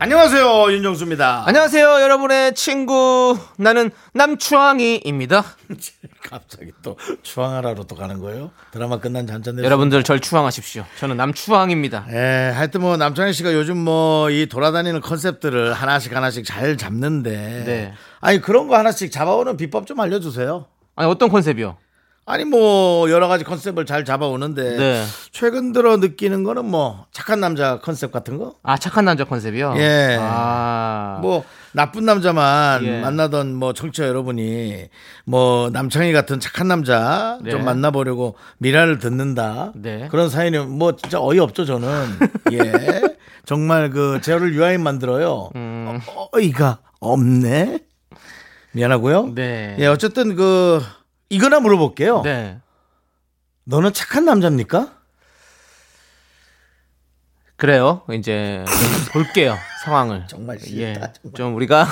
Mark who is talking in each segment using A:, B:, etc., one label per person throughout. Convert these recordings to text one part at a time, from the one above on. A: 안녕하세요 윤정수입니다.
B: 안녕하세요, 여러분의 친구. 나는 남추앙이입니다.
A: 네. 갑자기 또 추앙하라로 또 가는 거예요? 드라마 끝난 지 한참 됐
B: 여러분들 절 추앙하십시오. 저는 남추앙입니다.
A: 예, 하여튼 뭐 남창희 씨가 요즘 뭐 이 돌아다니는 컨셉들을 하나씩 하나씩 잘 잡는데
B: 네.
A: 아니 그런 거 하나씩 잡아오는 비법 좀 알려주세요.
B: 아니, 어떤 컨셉이요?
A: 아니 뭐 여러 가지 컨셉을 잘 잡아오는데
B: 네.
A: 최근 들어 느끼는 거는 뭐 착한 남자 컨셉 같은 거?
B: 아, 착한 남자 컨셉이요?
A: 예.
B: 아.
A: 뭐 나쁜 남자만
B: 예.
A: 만나던 뭐 청취자 여러분이 뭐 남창희 같은 착한 남자
B: 네.
A: 좀 만나보려고 미라를 듣는다
B: 네.
A: 그런 사연이 뭐 진짜 어이없죠 저는 예 정말 그 제어를 유아인 만들어요
B: 음.
A: 어, 어이가 없네 미안하고요
B: 네.
A: 예 어쨌든 그 이거나 물어볼게요
B: 네.
A: 너는 착한 남자입니까?
B: 그래요. 이제 좀 볼게요. 상황을.
A: 정말 싫다,
B: 예.
A: 정말.
B: 좀 우리가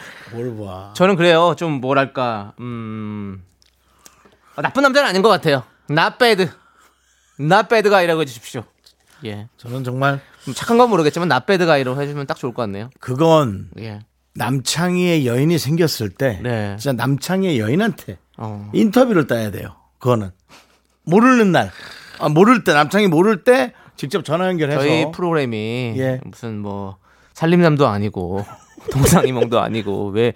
A: 뭘 봐.
B: 저는 그래요. 좀 뭐랄까. 음. 아, 나쁜 남자는 아닌 것 같아요. Not bad. Not bad guy라고 해 주십시오. 예.
A: 저는 정말
B: 좀 착한 건 모르겠지만 not bad guy로 해 주면 딱 좋을 것 같네요.
A: 그건
B: 예.
A: 남창희의 여인이 생겼을 때
B: 네.
A: 진짜 남창희의 여인한테
B: 어.
A: 인터뷰를 따야 돼요. 그거는 모르는 날, 아, 모를 때 남창희 모를 때 직접 전화 연결해서
B: 저희 프로그램이
A: 예.
B: 무슨 뭐 살림남도 아니고 동상이몽도 아니고 왜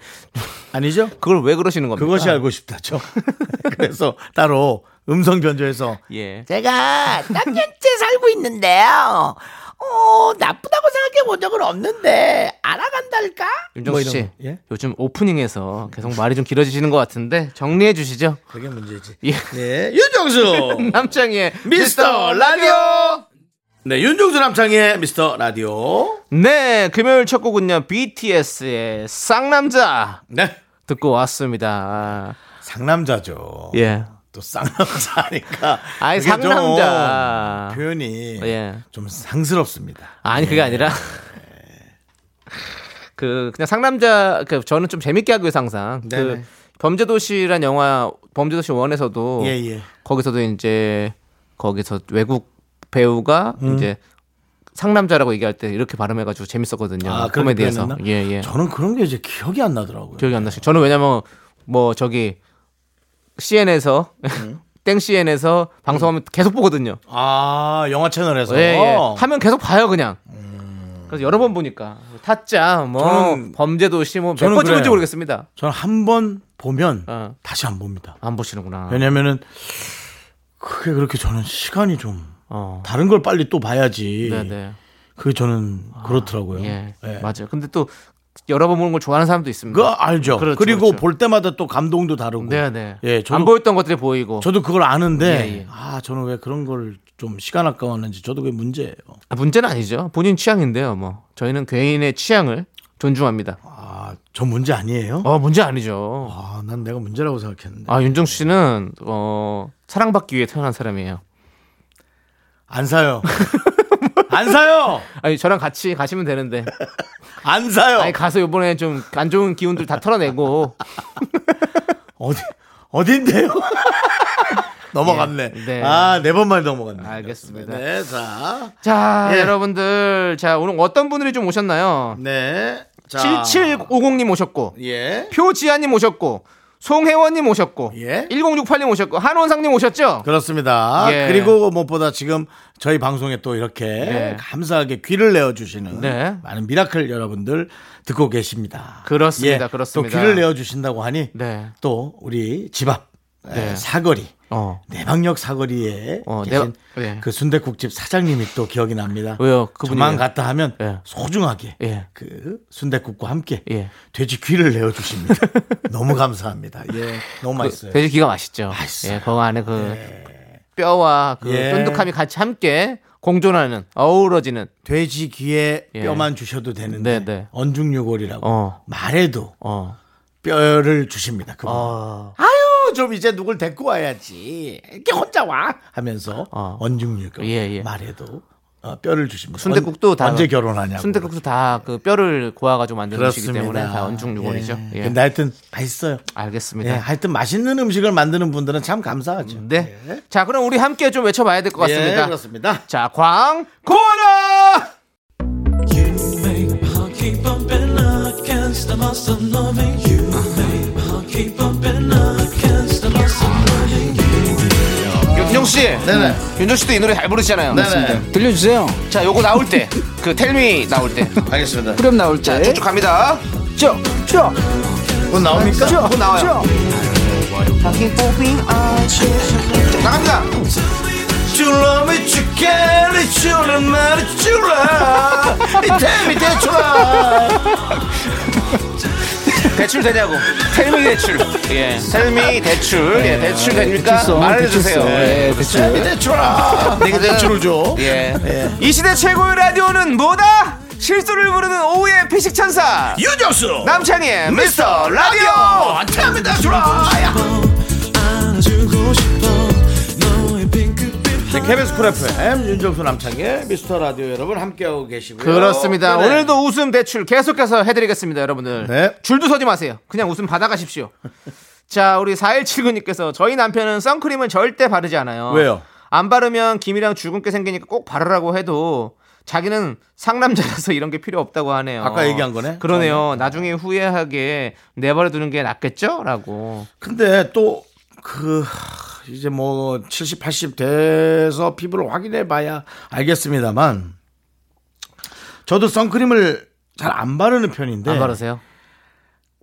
A: 아니죠?
B: 그걸 왜 그러시는 겁니까?
A: 그것이 알고 싶다죠. 그래서 따로 음성 변조해서
B: 예.
A: 제가 3년째 살고 있는데요. 어, 나쁘다고 생각해 본 적은 없는데 알아간달까?
B: 윤정수
A: 이런
B: 씨,
A: 거. 예?
B: 요즘 오프닝에서 계속 말이 좀 길어지시는 것 같은데 정리해 주시죠.
A: 그게 문제지.
B: 예.
A: 네, 윤정수
B: 남창희의
A: 미스터 라디오. 네, 윤정수 남창희의 미스터 라디오.
B: 네, 금요일 첫 곡은요 BTS의 쌍남자
A: 네,
B: 듣고 왔습니다.
A: 상남자죠.
B: 예,
A: 또 쌍남자니까.
B: 아이,
A: 그게 좀
B: 상남자.
A: 표현이
B: 예.
A: 좀 상스럽습니다.
B: 그- 아니 그게 아니라 그 그냥 상남자 그 저는 좀 재밌게 하기 위해서 항상
A: 네네.
B: 그 범죄도시란 영화 범죄도시 원에서도
A: 예, 예.
B: 거기서도 이제 거기서 외국 배우가
A: 음.
B: 이제 상남자라고 얘기할 때 이렇게 발음해가지고 예, 뭐 재밌었거든요.
A: 아, 그렇게
B: 코미디에서
A: 표현했나?
B: 예예
A: 저는 그런 게 이제 기억이 안 나더라고요.
B: 기억이 안 나시. 저는 왜냐면 뭐 저기 CN에서
A: 음.
B: 땡 CN에서 방송하면 계속 보거든요.
A: 아, 영화 채널에서.
B: 예, 예.
A: 어.
B: 하면 계속 봐요 그냥. 그래서 여러 번 보니까 타짜 뭐
A: 음. 저는-
B: 범죄도시 뭐 몇
A: 저는
B: 번째 본지
A: 그래요.
B: 모르겠습니다.
A: 저는 한 번 보면
B: 어.
A: 다시 안 봅니다.
B: 안 보시는구나.
A: 왜냐면은 그게 그렇게 저는 시간이 좀
B: 어.
A: 다른 걸 빨리 또 봐야지.
B: 네네.
A: 그게 저는 그렇더라고요.
B: 예.
A: 예.
B: 맞아요. 근데 또 여러 번 보는 걸 좋아하는 사람도 있습니다.
A: 그거 알죠.
B: 그렇죠,
A: 그리고
B: 그렇죠.
A: 볼 때마다 또 감동도 다르고.
B: 네네.
A: 예, 저도,
B: 안 보였던 것들이 보이고.
A: 저도 그걸 아는데
B: 예, 예.
A: 아 저는 왜 그런 걸 좀 시간 아까웠는지 저도 그게 문제예요.
B: 아, 문제는 아니죠. 본인 취향인데요. 뭐 저희는 개인의 취향을 존중합니다.
A: 아, 저 문제 아니에요?
B: 어 문제 아니죠.
A: 아, 네. 난 내가 문제라고 생각했는데
B: 아 윤정수 씨는 어 사랑받기 위해 태어난 사람이에요.
A: 안 사요. 안 사요.
B: 아니 저랑 같이 가시면 되는데.
A: 안 사요.
B: 아니 가서 요번에 좀 안 좋은 기운들 다 털어내고
A: 어디 어딘데요? 넘어갔네.
B: 예, 네.
A: 아, 네 번만에 넘어갔네.
B: 알겠습니다.
A: 네, 자.
B: 자,
A: 예.
B: 여러분들. 자, 오늘 어떤 분들이 좀 오셨나요?
A: 네. 자.
B: 7750님 오셨고,
A: 예.
B: 표지아님 오셨고, 송혜원님 오셨고,
A: 예.
B: 1068님 오셨고, 한원상님 오셨죠?
A: 그렇습니다.
B: 예.
A: 그리고 무엇보다 지금 저희 방송에 또 이렇게
B: 네.
A: 감사하게 귀를 내어주시는
B: 네.
A: 많은 미라클 여러분들 듣고 계십니다. 예.
B: 그렇습니다. 그렇습니다.
A: 또 귀를 내어주신다고 하니
B: 네.
A: 또 우리 집 앞
B: 네.
A: 사거리
B: 어.
A: 내방역 사거리에
B: 어,
A: 계신
B: 내- 예.
A: 그 순대국집 사장님이 또 기억이 납니다.
B: 왜요? 그분이
A: 저만
B: 왜요?
A: 갔다 하면
B: 예.
A: 소중하게
B: 예.
A: 그 순대국과 함께
B: 예.
A: 돼지 귀를 내어주십니다. 너무 감사합니다. 예, 너무
B: 그
A: 맛있어요.
B: 돼지기가 맛있죠.
A: 맛있어요.
B: 예, 그 안에 그 뼈와 그
A: 예.
B: 쫀득함이 같이 함께 공존하는 어우러지는
A: 돼지 귀에
B: 예.
A: 뼈만 주셔도 되는데
B: 네, 네.
A: 언중유골이라고
B: 어.
A: 말해도
B: 어.
A: 뼈를 주십니다. 그분.
B: 어.
A: 아유 좀 이제 누굴 데리고 와야지 이렇게 혼자 와 하면서
B: 어.
A: 언중유골
B: 예, 예.
A: 말해도 어, 뼈를 주십니다.
B: 순대국도
A: 언-
B: 다
A: 언제 결혼하냐고
B: 순대국도 다 그 뼈를 고아가지고 만든 음식이기
A: 그렇습니다.
B: 때문에 다 언중유골이죠.
A: 예.
B: 예.
A: 근데 하여튼 맛있어요. 예,
B: 알겠습니다.
A: 하여튼 맛있는 음식을 만드는 분들은 참 감사하죠.
B: 네. 자, 그럼 우리 함께 좀 외쳐봐야 될 것 같습니다.
A: 예, 그렇습니다.
B: 자, 광, 고라!
C: Uh-huh.
B: 윤정씨,
A: 네네.
B: 윤정씨도 이 노래 잘 부르시잖아요.
A: 네네.
D: 들려주세요.
B: 자, 요거 나올 때, 그 텔미 나올 때,
A: 알겠습니다.
D: 그럼 나올 때.
B: 쭉쭉 갑니다.
D: 쭉쭉.
A: 곧 나옵니까?
B: 곧 나와요. 나갑니다.
A: 줄라 미치겠네 줄라 말이 줄라 이태미 대출라
B: 대출 되냐고. 텔미 대출. 예. 텔미 대출. 예, 대출 됩니까?
D: 대출성,
B: 말해주세요.
D: 대출성.
B: 예.
D: 예, 대출.
A: 이태미 대출라 내가 대출을 줘
B: 예. 이 시대 최고의 라디오는 뭐다? 실수를 부르는 오후의 피식 천사
A: 유정수
B: 남창희의 미스터 라디오.
A: 이태미 대출라 KBS 네, 쿨 FM 윤정수 남창의 미스터 라디오 여러분 함께하고 계시고요
B: 그렇습니다.
A: 네네.
B: 오늘도 웃음 대출 계속해서 해드리겠습니다, 여러분들.
A: 네.
B: 줄도 서지 마세요. 그냥 웃음 받아가십시오. 자, 우리 4179님께서 저희 남편은 선크림을 절대 바르지 않아요.
A: 왜요?
B: 안 바르면 김이랑 주근깨 생기니까 꼭 바르라고 해도 자기는 상남자라서 이런 게 필요 없다고 하네요.
A: 아까 얘기한 거네? 어.
B: 그러네요. 나중에 후회하게 내버려 두는 게 낫겠죠? 라고.
A: 근데 또 그 이제 뭐 70, 80 돼서 피부를 확인해 봐야 알겠습니다만 저도 선크림을 잘 안 바르는 편인데
B: 안 바르세요?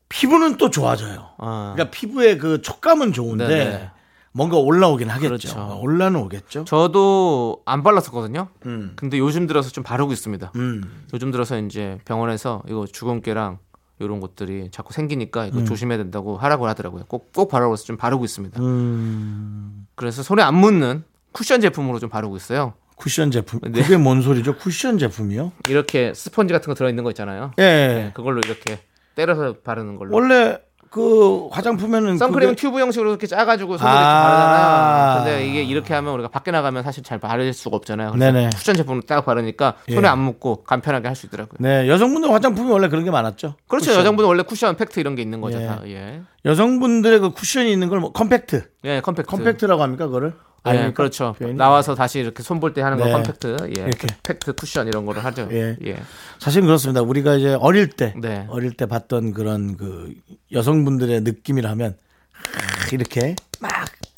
A: 피부는 또 좋아져요.
B: 아.
A: 그러니까 피부의 그 촉감은 좋은데
B: 네네.
A: 뭔가 올라오긴 하겠죠.
B: 그렇죠.
A: 올라는 오겠죠.
B: 저도 안 발랐었거든요.
A: 음.
B: 근데 요즘 들어서 좀 바르고 있습니다.
A: 음.
B: 요즘 들어서 이제 병원에서 이거 주근깨랑 이런 것들이 자꾸 생기니까
A: 음.
B: 이거 조심해야 된다고 하라고 하더라고요. 꼭 꼭 바르고 해서 좀 바르고 있습니다.
A: 음.
B: 그래서 손에 안 묻는 쿠션 제품으로 좀 바르고 있어요.
A: 쿠션 제품.
B: 네.
A: 그게 뭔 소리죠? 쿠션 제품이요?
B: 이렇게 스펀지 같은 거 들어 있는 거 있잖아요.
A: 예.
B: 그걸로 이렇게 때려서 바르는 걸로.
A: 원래 그 화장품에는
B: 선크림은
A: 그게-
B: 튜브 형식으로 이렇게 짜가지고 손으로
A: 아.
B: 이렇게 바르잖아. 근데 이게 이렇게 하면 우리가 밖에 나가면 사실 잘 바를 수가 없잖아요. 그래서
A: 네네. 예.
B: 쿠션 제품으로 딱 바르니까 손에 안 묻고 간편하게 할 수 있더라고요.
A: 네, 여성분들 화장품이 원래 그런 게 많았죠.
B: 그렇죠.
A: 쿠션.
B: 여성분은 원래 쿠션 팩트 이런 게 있는 거죠.
A: 예.
B: 다. 예.
A: 여성분들의 그 쿠션이 있는 걸 뭐 컴팩트.
B: 예, 컴팩트.
A: 컴팩트라고 합니까 그거를?
B: 예,
A: 아닙니까?
B: 그렇죠.
A: 표현이?
B: 나와서 다시 이렇게 손 볼 때 하는
A: 네.
B: 거 컴팩트. 예.
A: 이렇게.
B: 팩트 쿠션 이런 거를 하죠.
A: 예.
B: 예.
A: 사실은 그렇습니다. 우리가 이제 어릴 때
B: 네.
A: 어릴 때 봤던 그런 그 여성분들의 느낌이라면 아, 이렇게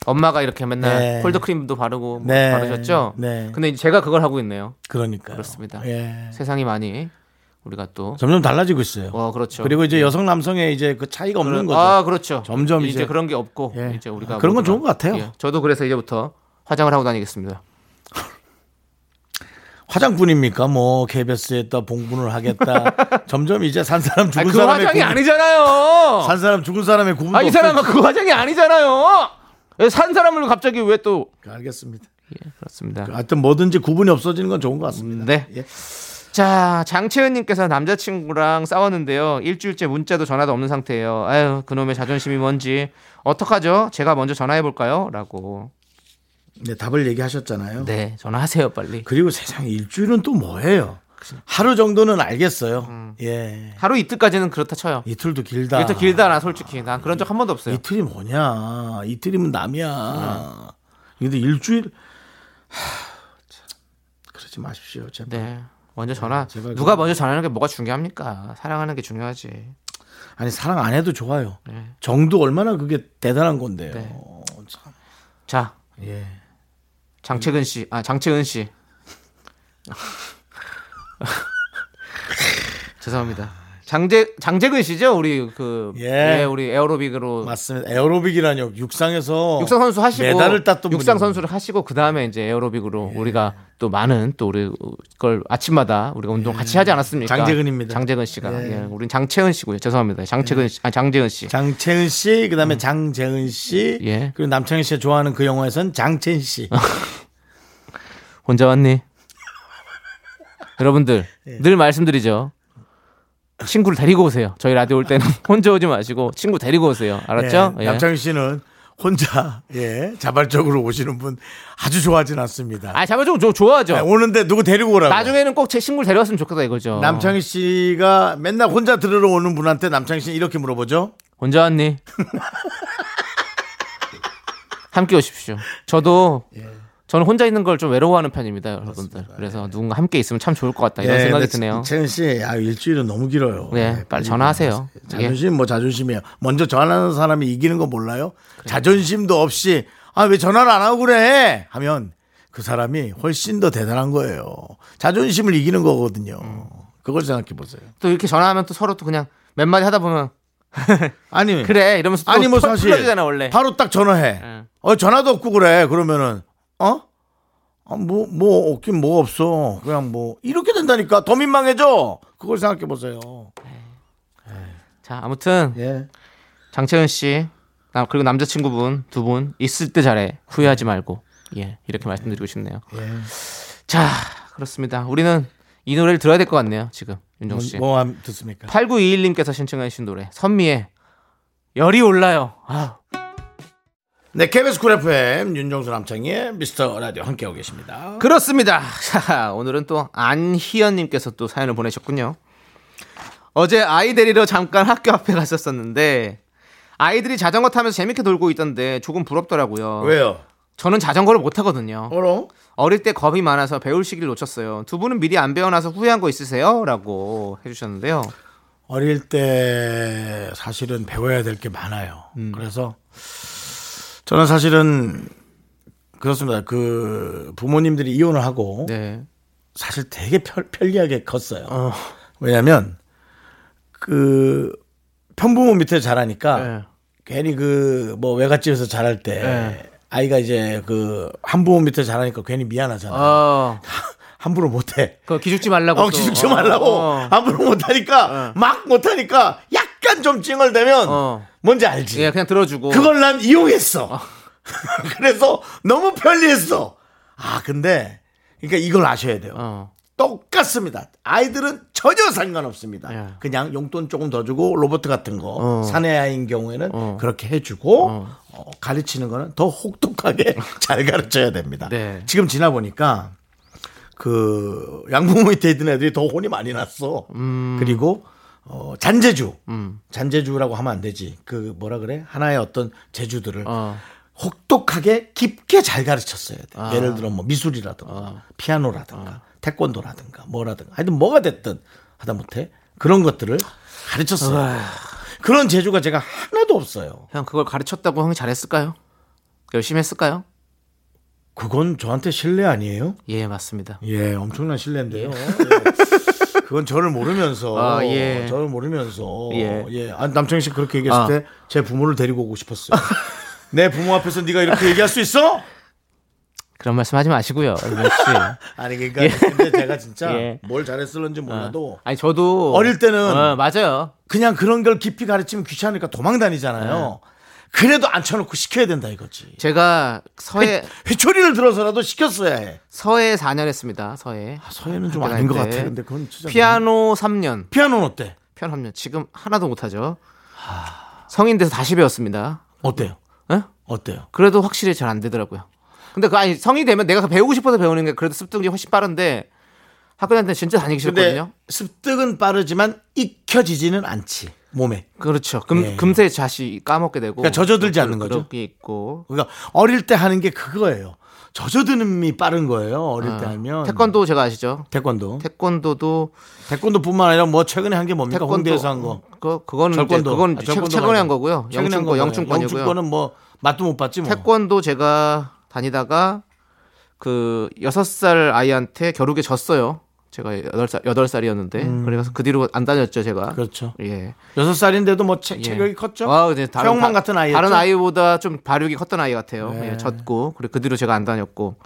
B: 엄마가 이렇게 맨날
A: 네.
B: 콜드크림도 바르고 뭐
A: 네.
B: 바르셨죠?
A: 네.
B: 근데 이제 제가 그걸 하고 있네요.
A: 그러니까
B: 그렇습니다.
A: 예.
B: 세상이 많이 우리가 또
A: 점점 달라지고 있어요.
B: 어, 그렇죠.
A: 그리고 이제 여성 남성의 이제 그 차이가 없는 거죠.
B: 아, 그렇죠.
A: 점점 이제-
B: 그런 게 없고
A: 예.
B: 이제 우리가
A: 아, 그런 건
B: 모두가- 예.
A: 좋은 것 같아요.
B: 저도 그래서 이제부터 화장을 하고 다니겠습니다.
A: 화장뿐입니까? 뭐 KBS에 또 봉분을 하겠다. 점점 이제 산 사람
B: 아,
A: 죽은
B: 그
A: 사람의
B: 화장이
A: 구분-
B: 아니잖아요.
A: 산 사람 죽은 사람의 구분도
B: 아, 이
A: 없고
B: 사람은 그 화장이 아니잖아요. 예, 산 사람을 갑자기 왜 또?
A: 알겠습니다.
B: 예, 그렇습니다.
A: 하여튼 뭐든지 구분이 없어지는 건 좋은 것 같습니다.
B: 네.
A: 예.
B: 자, 장채은님께서 남자친구랑 싸웠는데요. 일주일째 문자도 전화도 없는 상태예요. 아유, 그놈의 자존심이 뭔지. 어떡하죠? 제가 먼저 전화해볼까요? 라고.
A: 네, 답을 얘기하셨잖아요.
B: 네, 전화하세요, 빨리.
A: 그리고 세상에 일주일은 또 뭐예요? 하루 정도는 알겠어요. 예.
B: 하루 이틀까지는 그렇다 쳐요.
A: 이틀도 길다.
B: 음. 이틀 길다, 나 솔직히. 난 그런 적 한 번도 없어요.
A: 이틀이 뭐냐. 이틀이면 남이야. 근데 일주일. 하, 참. 그러지 마십시오. 제발.
B: 네. 먼저 전화.
A: 제발
B: 누가
A: 그만.
B: 먼저 전화하는 게 뭐가 중요합니까? 사랑하는 게 중요하지.
A: 아니, 사랑 안 해도 좋아요.
B: 네.
A: 정도 얼마나 그게 대단한 건데요.
B: 네.
A: 어, 참.
B: 자,
A: 예.
B: 장채근 씨, 아 장채은 씨. 죄송합니다. 장재 장재근 씨죠 우리 그
A: 예.
B: 예, 우리 에어로빅으로
A: 맞습니다. 에어로빅이라뇨. 육상에서.
B: 육상 선수 하시고
A: 메달을 땄던 분이군요.
B: 육상
A: 예.
B: 선수를 하시고 그 다음에 이제 에어로빅으로 우리가 또 많은 또 우리 걸 아침마다 우리가 운동 같이 하지 않았습니까?
A: 예. 장재근입니다.
B: 장재근 씨가
A: 예.
B: 예. 우린 장채은 씨고요. 죄송합니다. 장채근 씨, 아 장재은 씨.
A: 장채은 씨, 그다음에 장재은 씨,
B: 예. 아,
A: 그리고 남창희 씨가 좋아하는 그 영화에선 장채은 씨.
B: 혼자 왔니? 여러분들 늘 말씀드리죠. 친구를 데리고 오세요. 저희 라디오 올 때는 혼자 오지 마시고 친구 데리고 오세요. 알았죠?
A: 예,
B: 예.
A: 남창희 씨는 혼자 예 자발적으로 오시는 분 아주 좋아하진 않습니다.
B: 아, 잡아주고 저 좋아하죠.
A: 네, 오는데 누구 데리고 오라고.
B: 나중에는 꼭 제 친구를 데려왔으면 좋겠다 이거죠.
A: 남창희 씨가 맨날 혼자 들으러 오는 분한테 남창희 씨는 이렇게 물어보죠.
B: 혼자 왔니? 함께 오십시오. 저도 저는 혼자 있는 걸 좀 외로워하는 편입니다, 예. 여러분들. 그래서 누군가 함께 있으면 참 좋을 것 같다 아, 이런 생각이 드네요.
A: 채은 씨, 아 일주일은 너무 길어요. 그러니까.
B: 네, 빨리 전화하세요. 예.
A: 자존심 뭐 자존심이에요. 먼저 전화하는 사람이 이기는 거 몰라요? 자존심도 없이 아 왜 전화를 안 하고 그래? 하면 그 사람이 훨씬 더 대단한 거예요. 자존심을 이기는 거거든요.
B: 음.
A: 그걸 생각해 보세요.
B: 또 이렇게 전화하면 또 서로 또 그냥 몇 마디 하다 보면
A: 아니
B: 그래 이러면서 또
A: 아니 뭐
B: 털-
A: 사실
B: 풀어지잖아 원래.
A: 바로 딱 전화해.
B: 응.
A: 어 전화도 없고 그래. 그러면은 어? 아, 뭐, 뭐, 없긴 뭐 없어. 그냥 뭐, 이렇게 된다니까. 더 민망해져. 그걸 생각해 보세요.
B: 자 아무튼
A: 예.
B: 장채은 씨 나- 그리고 남자친구분 두 분 있을 때 잘해 후회하지 말고 예 이렇게 말씀드리고 싶네요.
A: 예.
B: 자 그렇습니다. 우리는 이 노래를 들어야 될 것 같네요 지금 윤정 씨.
A: 뭐, 함- 듣습니까?
B: 8921님께서 신청해 주신 노래 선미의 열이 올라요. 아,
A: 네, KBS 쿨 FM 윤정수 남창희의 미스터 라디오 함께하고 계십니다.
B: 그렇습니다. 자, 오늘은 또 안희연님께서 또 사연을 보내셨군요. 어제 아이 데리러 잠깐 학교 앞에 갔었었는데 아이들이 자전거 타면서 재밌게 놀고 있던데 조금 부럽더라고요.
A: 왜요?
B: 저는 자전거를 못 타거든요.
A: 어로?
B: 어릴 때 겁이 많아서 배울 시기를 놓쳤어요. 두 분은 미리 안 배워놔서 후회한 거 있으세요? 라고 해주셨는데요.
A: 어릴 때 사실은 배워야 될 게 많아요. 그래서 저는 사실은 그렇습니다. 그 부모님들이 이혼을 하고
B: 네.
A: 사실 되게 편, 편리하게 컸어요. 왜냐면 그 편부모 밑에 자라니까
B: 네.
A: 괜히 그 뭐 외갓집에서 자랄 때
B: 예.
A: 아이가 이제 그 한부모 밑에 자라니까 괜히 미안하잖아. 요
B: 어,
A: 함부로 못해.
B: 그 기죽지 말라고.
A: 어,
B: 또.
A: 기죽지 말라고.
B: 어. 예.
A: 함부로 못하니까, 막 못하니까, 약간 좀 찡얼대면,
B: 어.
A: 뭔지 알지?
B: 예, 그냥 들어주고.
A: 그걸 난 이용했어. 그래서 너무 편리했어. 아, 근데, 그러니까 이걸 아셔야 돼요.
B: 어.
A: 똑같습니다. 아이들은 전혀 상관없습니다.
B: 예.
A: 그냥 용돈 조금 더 주고 로봇 같은 거 사내 아이인 경우에는
B: 어.
A: 그렇게 해주고 어, 가르치는 거는 더 혹독하게 잘 가르쳐야 됩니다.
B: 네.
A: 지금 지나 보니까 그 양부모 밑에 있던 애들이 더 혼이 많이 났어. 그리고 어, 잔재주, 잔재주라고 하면 안 되지. 그 뭐라 그래? 하나의 어떤 재주들을
B: 어.
A: 혹독하게 깊게 잘 가르쳤어야 돼. 예를 들어 뭐 미술이라든가 피아노라든가 태권도라든가 뭐라든가 하여튼 뭐가 됐든 하다못해 그런 것들을 가르쳤어요. 그런 재주가 제가 하나도 없어요.
B: 형 그걸 가르쳤다고 형이 잘했을까요? 열심히 했을까요?
A: 그건 저한테 신뢰 아니에요?
B: 예 맞습니다.
A: 예, 엄청난 신뢰인데요. 예. 그건 저를 모르면서
B: 아, 예.
A: 저를 모르면서 예,
B: 예.
A: 아, 남창희 씨 그렇게 얘기했을
B: 아.
A: 때 제 부모를 데리고 오고 싶었어요. 내 부모 앞에서 네가 이렇게 얘기할 수 있어?
B: 그런 말씀하지 마시고요. 윤정 씨.
A: 아니 그러니까 근데 제가 진짜
B: 예.
A: 뭘 잘했을는지 몰라도
B: 아니 저도
A: 어릴 때는
B: 어, 맞아요.
A: 그냥 그런 걸 깊이 가르치면 귀찮으니까 도망 다니잖아요. 그래도 앉혀놓고 시켜야 된다 이거지.
B: 제가 서해
A: 회초리를 들어서라도 시켰어야 해.
B: 서해 4년 했습니다. 서해
A: 서예는 좀
B: 학교
A: 아닌 것
B: 다닐
A: 같아.
B: 때.
A: 근데 그건 진짜
B: 피아노 3년,
A: 피아노는 어때?
B: 피아노 3년 지금 하나도 못하죠. 성인 돼서 다시 배웠습니다.
A: 어때요?
B: 예?
A: 어때요?
B: 그래도 확실히 잘 안 되더라고요. 근데 그 아니 성이 되면 내가 배우고 싶어서 배우는 게 그래도 습득이 훨씬 빠른데 학교 다닐 때 진짜 다니기
A: 근데
B: 싫거든요.
A: 습득은 빠르지만 익혀지지는 않지 몸에.
B: 그렇죠. 금,
A: 예.
B: 금세 자시 까먹게 되고
A: 그러니까 젖어들지 않는 거죠.
B: 그런 게 있고
A: 그러니까 어릴 때 하는 게 그거예요. 젖어드는이 빠른 거예요. 어릴 때 하면
B: 아, 태권도 제가 아시죠?
A: 태권도
B: 태권도도
A: 태권도뿐만 아니라 뭐 최근에 한 게 뭡니까? 홍대에서 한 거.
B: 그 그거는
A: 절권도.
B: 이제 그건
A: 아,
B: 최,
A: 절권도
B: 최근에
A: 말고.
B: 한 거고요.
A: 최근에 한
B: 영춘권
A: 거예요.
B: 영춘권이고요.
A: 영춘권은 뭐 맛도 못 봤지 뭐.
B: 태권도 제가 다니다가 그 여섯 살 아이한테 겨루게 졌어요. 제가 여덟 살 여덟 살이었는데 그래서 그 뒤로 안 다녔죠 제가.
A: 음. 그렇죠.
B: 예.
A: 여섯 살인데도 뭐 체,
B: 예.
A: 체격이 컸죠.
B: 아, 네, 다른,
A: 최영만
B: 다-
A: 같은 아이였죠.
B: 다른 아이보다 좀 발육이 컸던 아이 같아요.
A: 네.
B: 예, 졌고 그리고 그 뒤로 제가 안 다녔고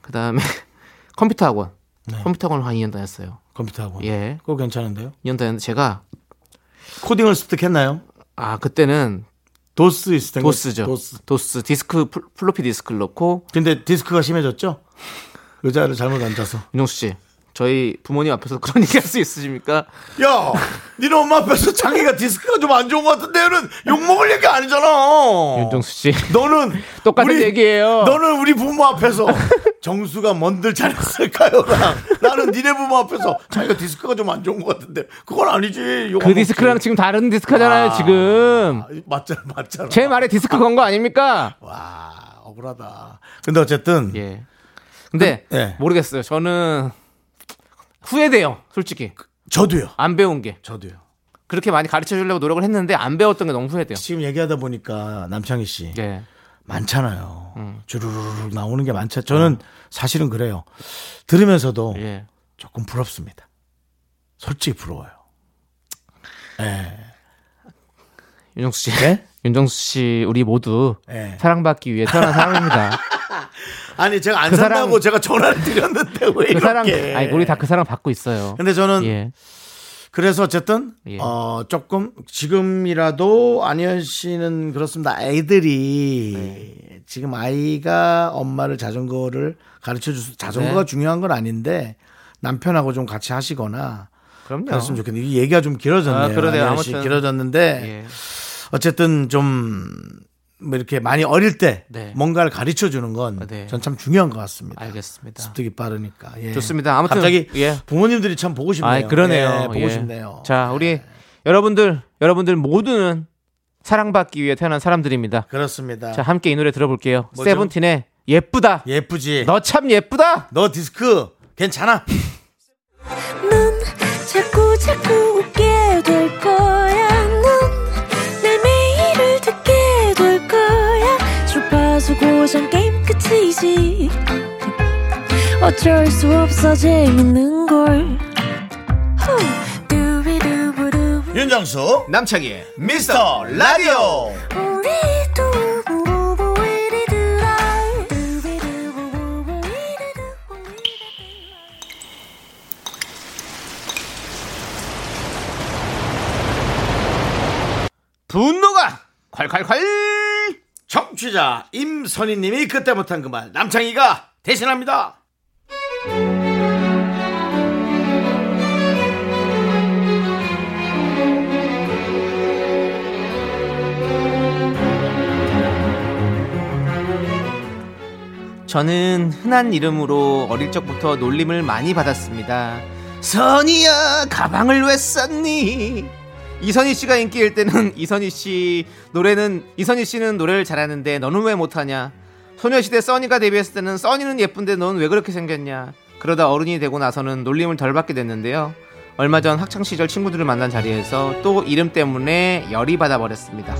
B: 그 다음에 컴퓨터 학원
A: 네.
B: 컴퓨터 학원 한 2년 다녔어요.
A: 컴퓨터 학원.
B: 예,
A: 그거 괜찮은데요?
B: 2년 다녔는데 제가
A: 코딩을 습득했나요?
B: 아 그때는
A: 도스 있을 때
B: 도스죠.
A: 도스.
B: 도스. 디스크 플- 플로피 디스크를 넣고
A: 근데 디스크가 심해졌죠? 의자를 잘못 앉아서.
B: 윤종수 씨 저희 부모님 앞에서 그런 얘기 할 수 있으십니까?
A: 야, 니네 엄마 앞에서 장애가 디스크가 좀 안 좋은 것 같은데는 욕먹을 얘기 아니잖아.
B: 윤정수 씨.
A: 너는
B: 똑같은 얘기예요.
A: 너는 우리 부모 앞에서 정수가 뭔들 잘했을까요? 랑 나는 니네 부모 앞에서 자기가 디스크가 좀 안 좋은 것 같은데 그건 아니지. 욕안
B: 그 디스크랑
A: 먹지.
B: 지금 다른 디스크잖아요,
A: 아.
B: 지금.
A: 아, 맞잖아, 맞잖아.
B: 제 말에 디스크 건 거 아닙니까?
A: 와, 억울하다. 근데 어쨌든
B: 예. 근데
A: 그- 예.
B: 모르겠어요. 저는 후회돼요, 솔직히.
A: 저도요.
B: 안 배운 게.
A: 저도요.
B: 그렇게 많이 가르쳐 주려고 노력을 했는데 안 배웠던 게 너무 후회돼요.
A: 지금 얘기하다 보니까 남창희 씨
B: 예. 음.
A: 많잖아요. 주르르르 나오는 게 많죠. 저는 사실은 그래요. 들으면서도
B: 예.
A: 조금 부럽습니다. 솔직히 부러워요.
B: 윤정수 씨.
A: 네?
B: 윤정수 씨 우리 모두
A: 예.
B: 사랑받기 위해 태어난 사람입니다.
A: 아니 제가 안
B: 그 사람-
A: 산다고 제가 전화를 드렸는데 왜 이렇게?
B: 그 사랑 아니 우리 다 그 사랑 받고 있어요.
A: 근데 저는
B: 예.
A: 그래서 어쨌든
B: 예.
A: 어 조금 지금이라도 안현 씨는 그렇습니다. 아이들이
B: 네.
A: 지금 아이가 엄마를 자전거를 가르쳐 줄 수, 자전거가
B: 네.
A: 중요한 건 아닌데 남편하고 좀 같이 하시거나
B: 그럼요.
A: 그랬으면 좋겠는데 이 얘기가 좀 길어졌네요.
B: 아, 그러네요.
A: 안현 씨
B: 아무튼.
A: 길어졌는데
B: 예.
A: 어쨌든 좀. 뭐 이렇게 많이 어릴 때
B: 네.
A: 뭔가를 가르쳐 주는 건 전
B: 네.
A: 참 중요한 것 같습니다.
B: 알겠습니다.
A: 습득이 빠르니까. 예.
B: 좋습니다. 아무튼
A: 갑자기
B: 예.
A: 부모님들이 참 보고 싶네요.
B: 아, 그러네요.
A: 예, 보고
B: 예.
A: 싶네요.
B: 자, 우리 여러분들 여러분들 모두는 사랑받기 위해 태어난 사람들입니다.
A: 그렇습니다.
B: 자, 함께 이 노래 들어볼게요.
A: 뭐죠?
B: 세븐틴의 예쁘다.
A: 예쁘지. 너,
B: 너 참 예쁘다.
A: 디스크 괜찮아?
D: 넌 자꾸 자꾸 웃게 될 거야. 넌내 매일을 듣게 될 거야. 주파수 고정 게임 끝이지. 어쩔 수 없어 재밌는 걸. 후. 두비두부두.
A: 윤정수 남창희 미스터 라디오.
D: 우리 두부부부 우리 두라. 두비두부부부 우리 두부 우리 두라.
B: 분노가 콸콸콸.
A: 정취자 임선희님이 그때 못한 그 말 남창희가 대신합니다.
B: 저는 흔한 이름으로 어릴 적부터 놀림을 많이 받았습니다. 선이야, 가방을 왜 쌌니? 이선희 씨가 인기일 때는 이선희 씨 노래는 이선희 씨는 노래를 잘하는데 너는 왜 못하냐? 소녀시대 써니가 데뷔했을 때는 써니는 예쁜데 넌 왜 그렇게 생겼냐? 그러다 어른이 되고 나서는 놀림을 덜 받게 됐는데요. 얼마 전 학창 시절 친구들을 만난 자리에서 또 이름 때문에 열이 받아 버렸습니다.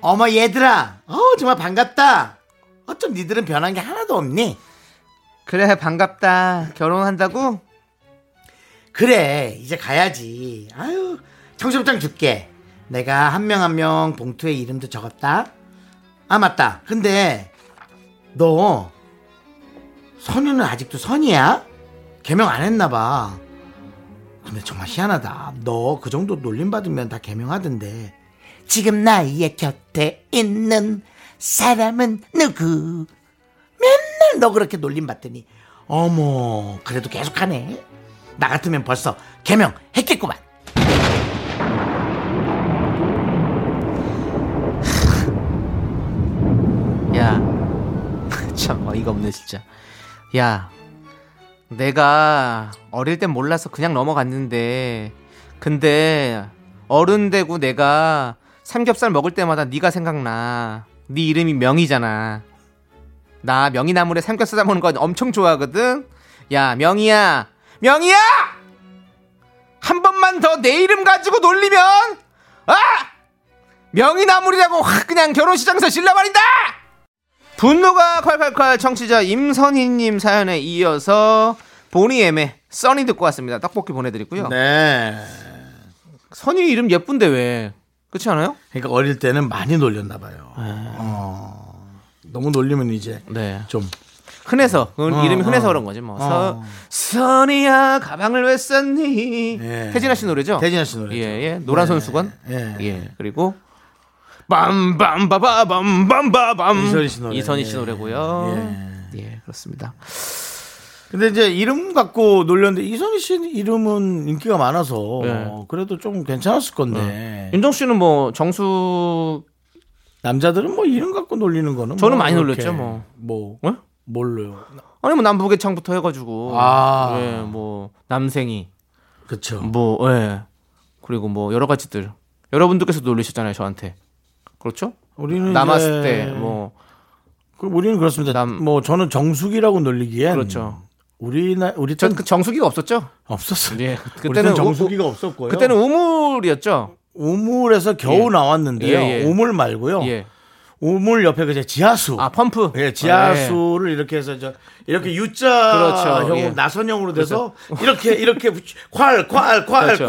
A: 어머 얘들아, 어 정말 반갑다. 어쩜 니들은 변한 게 하나도 없니?
B: 그래 반갑다. 결혼한다고?
A: 그래 이제 가야지. 아유 청첩장 줄게. 내가 한 명 한 명 봉투에 이름도 적었다. 아 맞다. 근데 너 선유는 아직도 선이야? 개명 안 했나 봐. 아, 근데 정말 희한하다. 너 그 정도 놀림 받으면 다 개명하던데. 지금 나의 곁에 있는 사람은 누구? 맨날 너 그렇게 놀림 받더니 어머 그래도 계속하네 나 같으면 벌써 개명했겠구만
B: 야, 참 어이가 없네 진짜. 야, 내가 어릴 땐 몰라서 그냥 넘어갔는데, 근데 어른 되고 내가 삼겹살 먹을 때마다 네가 생각나. 네 이름이 명이잖아. 나 명이나물에 삼겹살 담그는 거 엄청 좋아하거든. 야, 명이야, 명이야! 한 번만 더 내 이름 가지고 놀리면 아! 명이나물이라고 확 그냥 결혼시장에서 질러버린다! 분노가 콸콸콸 청취자 임선희님 사연에 이어서 보니엠의 써니 듣고 왔습니다. 떡볶이 보내드리고요.
A: 네
B: 선희 이름 예쁜데 왜? 그렇지 않아요?
A: 그러니까 어릴 때는 많이 놀렸나 봐요 어, 너무 놀리면 이제
B: 네.
A: 좀
B: 흔해서 그 이름이 흔해서 그런 거지 뭐. 서, 선희야 가방을 왜 썼니?
A: 예.
B: 태진아 씨 노래죠?
A: 태진아 씨 노래죠.
B: 예, 예. 노란 손수건.
A: 예.
B: 예. 그리고
A: 이선희 씨 노래.
B: 빰빰바바밤빰바밤 이선희 씨 노래고요. 예. 그렇습니다.
A: 근데 이제 이름 갖고 놀렸는데 이선희 씨 이름은 인기가 많아서
B: 네.
A: 그래도 좀 괜찮았을 건데
B: 윤정 씨는 뭐 정수
A: 남자들은 뭐 이름 갖고 놀리는 거는
B: 저는
A: 뭐
B: 많이
A: 그렇게
B: 놀렸죠, 뭐.
A: 뭐
B: 어?
A: 뭘로요?
B: 아니 뭐 남북의창부터 해가지고
A: 아.
B: 예, 뭐 남생이
A: 그렇죠.
B: 뭐 예. 그리고 뭐 여러 가지들 여러분들께서 놀리셨잖아요 저한테 그렇죠?
A: 우리는
B: 남았을
A: 이제
B: 때뭐
A: 그 우리는 그렇습니다.
B: 남-
A: 뭐 저는 정숙이라고 놀리기엔
B: 그렇죠.
A: 우리나 우리 땐
B: 전그 정수기가 없었죠?
A: 없었어요.
B: 예.
A: 그때는
B: 그때는
A: 정수기가 없었고요.
B: 그때는 우물이었죠.
A: 우물에서 겨우
B: 예.
A: 나왔는데요.
B: 예, 예.
A: 우물 말고요.
B: 예.
A: 우물 옆에 그 이제 지하수.
B: 아 펌프.
A: 어. 예,
B: 아,
A: 지하수를 이렇게 해서 저 이렇게 U자
B: 그렇죠.
A: 형
B: 예.
A: 나선형으로 돼서 이렇게 이렇게 콸콸콸콸콸콸
B: 그렇죠.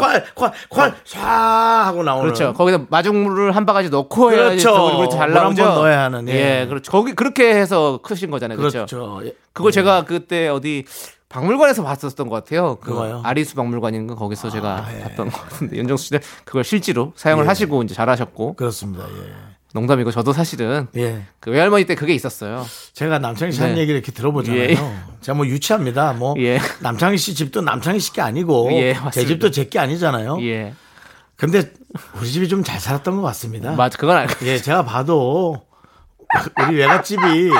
A: 쏴 하고 나오는
B: 그렇죠. 거기다 마중물을 한 바가지 넣고 해야지
A: 음. 그렇죠.
B: 또 우리 잘
A: 물한
B: 나오죠.
A: 번 넣어야 하는, 예.
B: 예. 그렇죠. 거기 그렇게 해서 크신 거잖아요. 그렇죠.
A: 그렇죠. 예.
B: 그걸 제가 그때 어디 박물관에서 봤었던 것 같아요. 그
A: 그거요? 예.
B: 아리수 박물관인가 거기서 제가 봤던 것 같은데 연정수 씨는 그걸 실제로 사용을 하시고 이제 잘하셨고
A: 그렇습니다. 예.
B: 농담이고 저도 사실은
A: 예.
B: 그 외할머니 때 그게 있었어요.
A: 제가 남창희 씨 한
B: 네.
A: 얘기를 이렇게 들어보잖아요.
B: 예.
A: 제가 뭐 유치합니다. 뭐
B: 예.
A: 남창희 씨 집도 남창희 씨 게 아니고
B: 예, 맞습니다.
A: 제 집도 제 게 아니잖아요.
B: 예.
A: 근데 우리 집이 좀 잘 살았던 것 같습니다.
B: 맞아. 그건 알고.
A: 예, 제가 봐도 우리 외갓집이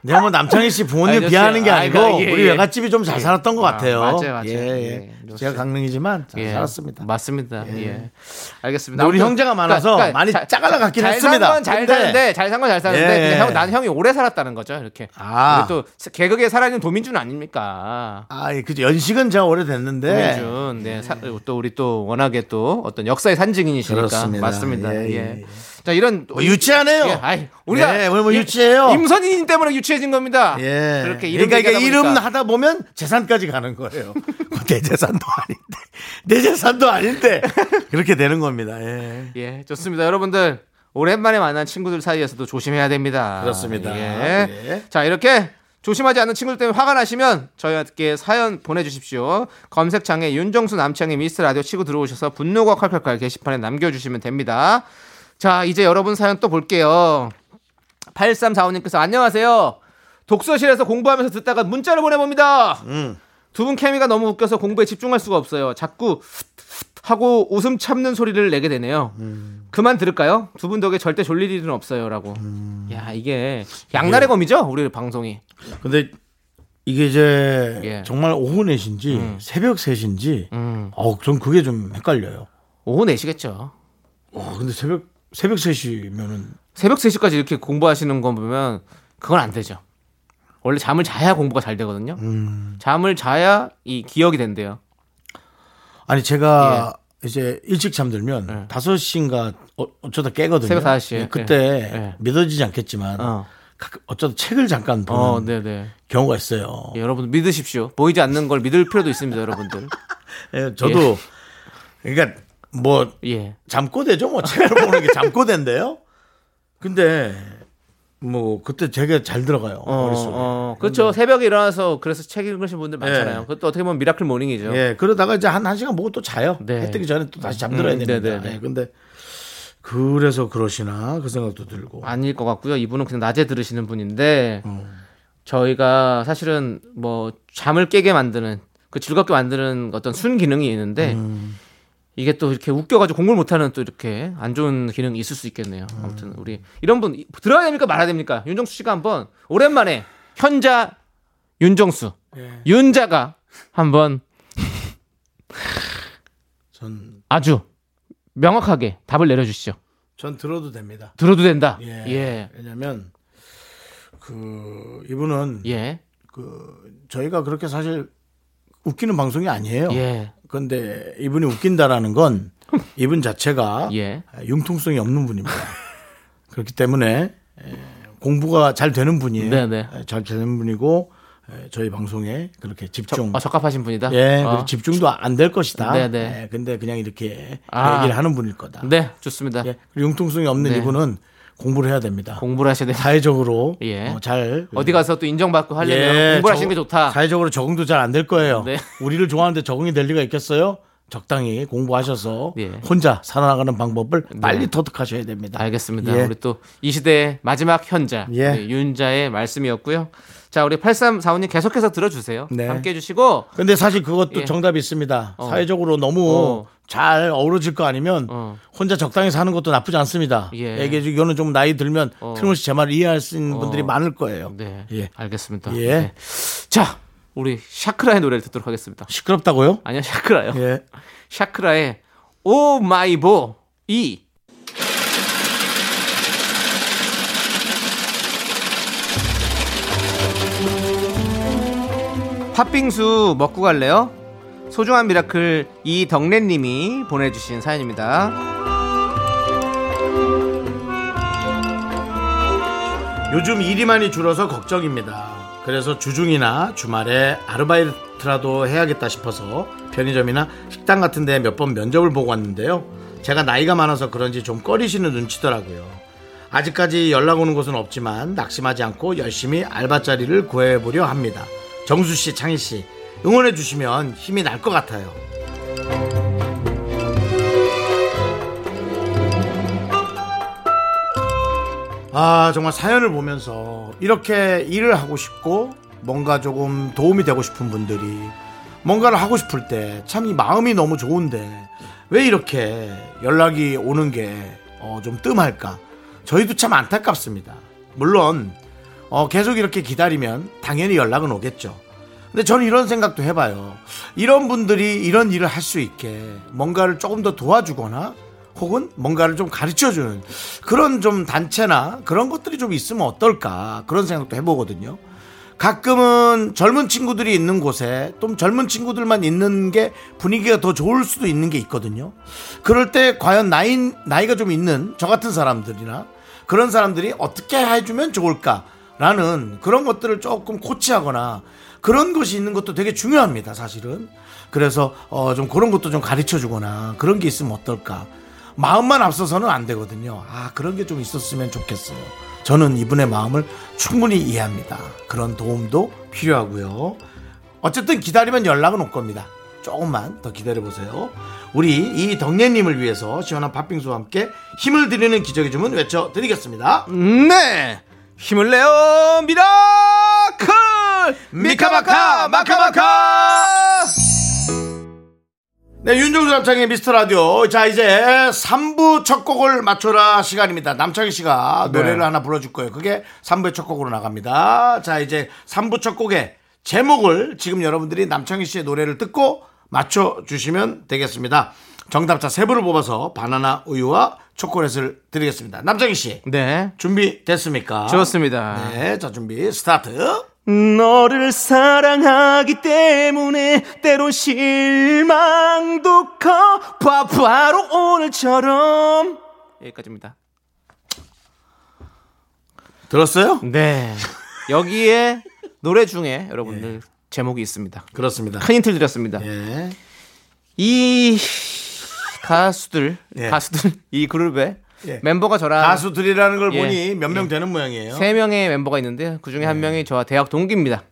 A: 내가 뭐 남창희 씨 부모님
B: 알겠어요.
A: 비하하는 게
B: 아,
A: 아니고
B: 예, 예.
A: 우리 외갓집이 좀 잘 살았던 것
B: 아,
A: 같아요.
B: 맞아요, 맞아요.
A: 예, 예.
B: 예,
A: 제가 강릉이지만 잘
B: 예.
A: 살았습니다.
B: 맞습니다. 예. 알겠습니다.
A: 근데 우리
B: 아무튼 그러니까
A: 형제가 많아서 많이
B: 자-
A: 짜갈라 같긴
B: 잘
A: 했습니다.
B: 산 건 잘
A: 근데-
B: 사는데 잘 산 건 잘 사는데
A: 예.
B: 그냥 형, 난 형이 오래 살았다는 거죠. 이렇게.
A: 아.
B: 우리 또 개그에 살아있는 도민준 아닙니까?
A: 아, 예, 그죠. 연식은 제가 오래됐는데.
B: 도민준. 네. 사- 또 우리 또 워낙에 또 어떤 역사의 산증인이시니까
A: 예. 그렇습니다.
B: 맞습니다.
A: 예,
B: 예.
A: 예, 예.
B: 자 이런
A: 뭐 유치하네요.
B: 예, 아이, 우리가
A: 예, 오늘 뭐
B: 이-
A: 유치해요.
B: 임선인 때문에 유치해진 겁니다.
A: 예.
B: 아, 그렇게 이름
A: 그러니까 이게
B: 얘기하다
A: 이름
B: 보니까.
A: 하다 보면 재산까지 가는 거예요. 내 재산도 아닌데. 내 재산도 아닌데. 그렇게 되는 겁니다. 예.
B: 예, 좋습니다. 여러분들 오랜만에 만난 친구들 사이에서도 조심해야 됩니다.
A: 그렇습니다.
B: 예.
A: 예.
B: 자, 이렇게 조심하지 않는 친구들 때문에 화가 나시면 저희한테 사연 보내주십시오. 검색창에 윤정수 남창의 미스 라디오 치고 들어오셔서 분노가 칼칼칼 게시판에 남겨주시면 됩니다. 자, 이제 여러분 사연 또 볼게요. 8345님께서 안녕하세요. 독서실에서 공부하면서 듣다가 문자를 보내봅니다.
A: 음.
B: 두 분 케미가 너무 웃겨서 공부에 집중할 수가 없어요. 자꾸 하고 웃음 참는 소리를 내게 되네요.
A: 음.
B: 그만 들을까요? 두 분 덕에 절대 졸릴 일은 없어요라고. 야 이게 양날의 검이죠 우리 방송이.
A: 근데 이게 이제
B: 예.
A: 정말 오후 4시인지 새벽 3시인지
B: 음.
A: 어우, 전 그게 좀 헷갈려요.
B: 오후 4시겠죠.
A: 와, 근데 새벽 새벽 3시면은
B: 새벽 3시까지 이렇게 공부하시는 거 보면 그건 안 되죠. 원래 잠을 자야 공부가 잘 되거든요. 잠을 자야 이 기억이 된대요.
A: 아니 제가 이제 일찍 잠들면
B: 예.
A: 다섯 5시인가 어, 쩌다 깨거든요.
B: 새벽 다섯 시에.
A: 예, 그때
B: 예. 예.
A: 믿어지지 않겠지만
B: 어,
A: 가끔 어쩌다 책을 잠깐 보는
B: 어, 네, 네.
A: 경우가 있어요.
B: 예, 여러분 믿으십시오. 보이지 않는 걸 믿을 필요도 있습니다, 여러분들.
A: 예, 저도 그러니까 뭐
B: 예.
A: 잠꼬대죠. 뭐 책을 보는 게 잠꼬대인데요. 근데 뭐 그때 되게 잘 들어가요.
B: 어,
A: 머릿속에.
B: 어, 그렇죠. 새벽에 일어나서 그래서 책 읽으신 분들 많잖아요.
A: 예.
B: 그것도 어떻게 보면 미라클 모닝이죠.
A: 예, 그러다가 이제 한, 한 시간 보고 또 자요.
B: 네.
A: 해 뜨기 전에 또 다시 잠들어야
B: 음,
A: 됩니다.
B: 네네네.
A: 예, 근데 그래서 그러시나 그 생각도 들고.
B: 아닐 것 같고요. 이분은 그냥 낮에 들으시는 분인데 저희가 사실은 뭐 잠을 깨게 만드는 그 즐겁게 만드는 어떤 순 기능이 있는데 이게 또 이렇게 웃겨가지고 공부를 못하는 또 이렇게 안 좋은 기능이 있을 수 있겠네요. 아무튼 우리 이런 분 들어야 됩니까 말아야 됩니까? 윤정수 씨가 한번 오랜만에 현자 윤정수 윤자가 한번
A: 전,
B: 아주 명확하게 답을 내려주시죠.
A: 전 들어도 됩니다.
B: 들어도 된다.
A: 예.
B: 예.
A: 왜냐면 그 이분은
B: 예.
A: 그 저희가 그렇게 사실 웃기는 방송이 아니에요.
B: 예.
A: 근데 이분이 웃긴다라는 건 이분 자체가
B: 예.
A: 융통성이 없는 분입니다. 그렇기 때문에 에, 공부가 잘 되는 분이에요.
B: 네네.
A: 에, 잘 되는 분이고 에, 저희 방송에 그렇게 집중.
B: 아, 적합하신 분이다.
A: 예,
B: 어.
A: 그리고 집중도 안 될 것이다.
B: 네네.
A: 예, 근데 그냥 이렇게
B: 아.
A: 얘기를 하는 분일 거다.
B: 네, 좋습니다.
A: 예, 그리고 융통성이 없는
B: 네.
A: 이분은 공부를 해야 됩니다.
B: 공부를 하셔야 돼요.
A: 사회적으로
B: 예.
A: 어, 잘
B: 어디 가서 또 인정받고 하려면
A: 예,
B: 공부를 하시는 게
A: 적-
B: 좋다.
A: 사회적으로 적응도 잘 안 될 거예요.
B: 네.
A: 우리를 좋아하는데 적응이 될 리가 있겠어요? 적당히 공부하셔서
B: 예.
A: 혼자 살아나가는 방법을 빨리
B: 네.
A: 터득하셔야 됩니다.
B: 알겠습니다.
A: 예.
B: 우리 또 이 시대의 마지막 현자
A: 예.
B: 우리 윤자의 말씀이었고요. 자, 우리 8345님 계속해서 들어주세요.
A: 네.
B: 함께 해주시고
A: 근데 사실 그것도
B: 예.
A: 정답이 있습니다.
B: 어.
A: 사회적으로 너무
B: 어.
A: 잘 어우러질 거 아니면
B: 어.
A: 혼자 적당히 사는 것도 나쁘지 않습니다.
B: 예.
A: 이게 이거는 좀 나이 들면
B: 어.
A: 틀림없이 제 말을 이해할 수 있는
B: 어.
A: 분들이 많을 거예요.
B: 네,
A: 예.
B: 알겠습니다.
A: 예.
B: 네. 자, 우리 샤크라의 노래를 듣도록 하겠습니다.
A: 시끄럽다고요?
B: 아니요, 샤크라요.
A: 예.
B: 샤크라의 오 마이 보이 팥빙수 먹고 갈래요? 소중한 미라클 이덕래님이 보내주신 사연입니다.
A: 요즘 일이 많이 줄어서 걱정입니다. 그래서 주중이나 주말에 아르바이트라도 해야겠다 싶어서 편의점이나 식당 같은 데에 몇 번 면접을 보고 왔는데요. 제가 나이가 많아서 그런지 좀 꺼리시는 눈치더라고요. 아직까지 연락 오는 곳은 없지만 낙심하지 않고 열심히 알바 자리를 구해보려 합니다. 정수 씨, 창희 씨 응원해 주시면 힘이 날 것 같아요. 아 정말 사연을 보면서 이렇게 일을 하고 싶고 뭔가 조금 도움이 되고 싶은 분들이 뭔가를 하고 싶을 때 참 이 마음이 너무 좋은데 왜 이렇게 연락이 오는 게 어, 좀 뜸할까 저희도 참 안타깝습니다 물론 어, 계속 이렇게 기다리면 당연히 연락은 오겠죠 근데 저는 이런 생각도 해봐요 이런 분들이 이런 일을 할 수 있게 뭔가를 조금 더 도와주거나 혹은 뭔가를 좀 가르쳐주는 그런 좀 단체나 그런 것들이 좀 있으면 어떨까 그런 생각도 해보거든요. 가끔은 젊은 친구들이 있는 곳에 좀 젊은 친구들만 있는 게 분위기가 더 좋을 수도 있는 게 있거든요. 그럴 때 과연 나이, 나이가 좀 있는 저 같은 사람들이나 그런 사람들이 어떻게 해주면 좋을까라는 그런 것들을 조금 코치하거나 그런 것이 있는 것도 되게 중요합니다, 사실은. 그래서 어, 좀 그런 것도 좀 가르쳐 주거나 그런 게 있으면 어떨까. 마음만 앞서서는 안 되거든요. 아, 그런 게 좀 있었으면 좋겠어요. 저는 이분의 마음을 충분히 이해합니다. 그런 도움도 필요하고요. 어쨌든 기다리면 연락은 올 겁니다. 조금만 더 기다려보세요. 우리 이 덕례님을 위해서 시원한 팥빙수와 함께 힘을 드리는 기적의 주문 외쳐드리겠습니다.
B: 네, 힘을 내요 미라클 미카마카 마카마카.
A: 네, 윤종수 남창의 미스터 라디오. 자, 이제 3부 첫 곡을 맞춰라 시간입니다. 남창희 씨가
B: 네.
A: 노래를 하나 불러줄 거예요. 그게 3부의 첫 곡으로 나갑니다. 자, 이제 3부 첫 곡의 제목을 지금 여러분들이 남창희 씨의 노래를 듣고 맞춰주시면 되겠습니다. 정답자 세부를 뽑아서 바나나 우유와 초콜릿을 드리겠습니다. 남창희 씨,
B: 네,
A: 준비됐습니까?
B: 좋습니다.
A: 네, 자, 준비 스타트.
B: 너를 사랑하기 때문에 때론 실망도 커 바, 바로 오늘처럼 여기까지입니다
A: 들었어요?
B: 네 여기에 노래 중에 여러분들 제목이 있습니다
A: 그렇습니다.
B: 큰 힌트를 드렸습니다
A: 예.
B: 이 가수들
A: 예.
B: 가수들 이 그룹의
A: 예.
B: 멤버가 저랑
A: 가수들이라는 걸
B: 예.
A: 보니 몇 명
B: 예.
A: 되는 모양이에요.
B: 세 명의 멤버가 있는데요 그 중에
A: 예.
B: 한 명이 저와 대학 동기입니다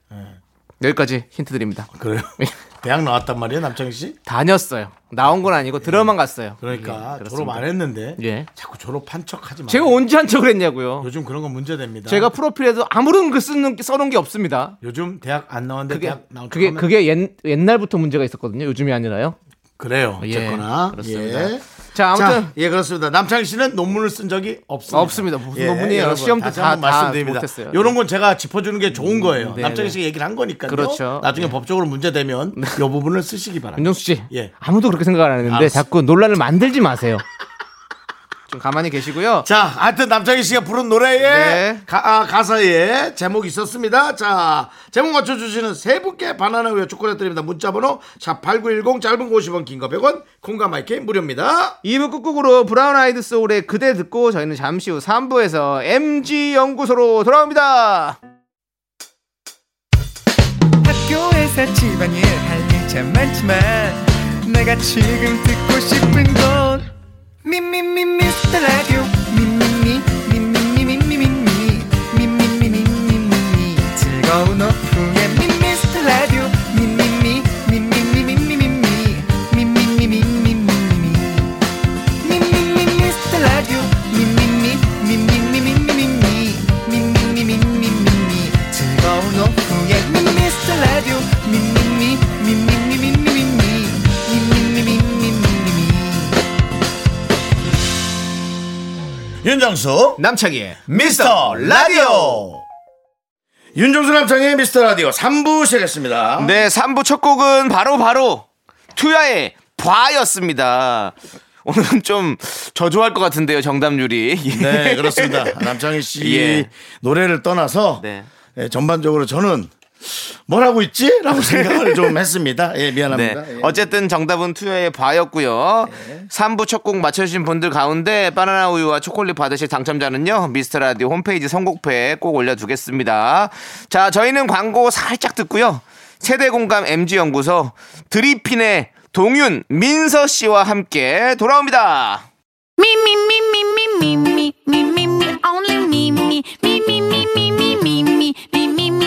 B: 여기까지 힌트 드립니다
A: 그래요? 대학 나왔단 말이에요, 남창희 씨?
B: 다녔어요 나온 건 아니고 들어만 갔어요
A: 예. 그러니까
B: 예, 그렇습니다.
A: 졸업 안 했는데
B: 예.
A: 자꾸 졸업한 척 하지 마.
B: 제가 언제 한 척을 했냐고요.
A: 요즘 그런 거 문제됩니다.
B: 제가 프로필에도 아무런 글 쓰는 써놓은 게 없습니다.
A: 요즘 대학 안 나왔는데
B: 그게
A: 대학 나온
B: 그게
A: 척하면
B: 그게 옛, 옛날부터 문제가 있었거든요. 요즘이 아니라요.
A: 그래요.
B: 예,
A: 어쨌거나
B: 그렇습니다.
A: 예.
B: 자 아무튼
A: 자, 예 그렇습니다. 남창희 씨는 논문을 쓴 적이 없습니다. 예,
B: 없습니다. 무슨 논문이에요? 시험도
A: 다시
B: 다-
A: 한번
B: 다
A: 말씀드립니다.
B: 못했어요. 예.
A: 이런 건 제가 짚어주는 게 좋은 거예요.
B: 네,
A: 남창희
B: 네.
A: 씨가 얘기를 한 거니까요.
B: 그렇죠. 네.
A: 나중에 법적으로 문제되면 이 부분을 쓰시기 바랍니다.
B: 윤정수 씨
A: 예.
B: 아무도 그렇게 생각 안 하는데
A: 알았어.
B: 자꾸 논란을 만들지 마세요. 좀 가만히 계시고요.
A: 자, 하여튼 남창희 씨가 부른 노래에
B: 네.
A: 가, 사에 제목이 있었습니다. 자, 제목 맞춰주시는 세 분께 바나나 우유 초콜릿 드립니다. 문자번호 샵8910 짧은 50원 긴 거 100원 공감 마이크 무료입니다.
B: 2부 끝곡으로 브라운 아이드 소울의 그대 듣고 저희는 잠시 후 3부에서 MG 연구소로 돌아옵니다.
E: 학교에서 집안일 할 일 참 많지만 내가 지금 듣고 싶은 건 미미미 미스터 라디오 미미미 미미미 미미미 미미미 미미미 즐거운 오후 미미스터 라디오 미미미 미미미 미미미 미미미
F: 윤정수
B: 남창희의
F: 미스터 라디오
A: 윤종수 남창의 미스터 라디오 3부 시작했습니다.
B: 네, 3부 첫 곡은 바로 바로 투야의 바였습니다. 오늘은 좀 저조할 것 같은데요, 정답률이.
A: 네, 그렇습니다. 남창희 씨
B: 예.
A: 노래를 떠나서
B: 네.
A: 예, 전반적으로 저는 뭘 하고 있지? 라고 생각을 좀 했습니다. 예, 미안합니다.
B: 네.
A: 예. 네.
B: 어쨌든 정답은 투여의 바였고요. 3부 첫 곡 맞춰주신 분들 가운데 바나나 우유와 초콜릿 받으실 당첨자는요. 미스터 라디오 홈페이지 선곡표에 꼭 올려두겠습니다. 자, 저희는 광고 살짝 듣고요. 세대 공감 MG 연구소 드리핀의 동윤 민서 씨와 함께 돌아옵니다.
D: Me me me me me me me me me me only me me me me me me me me me me me me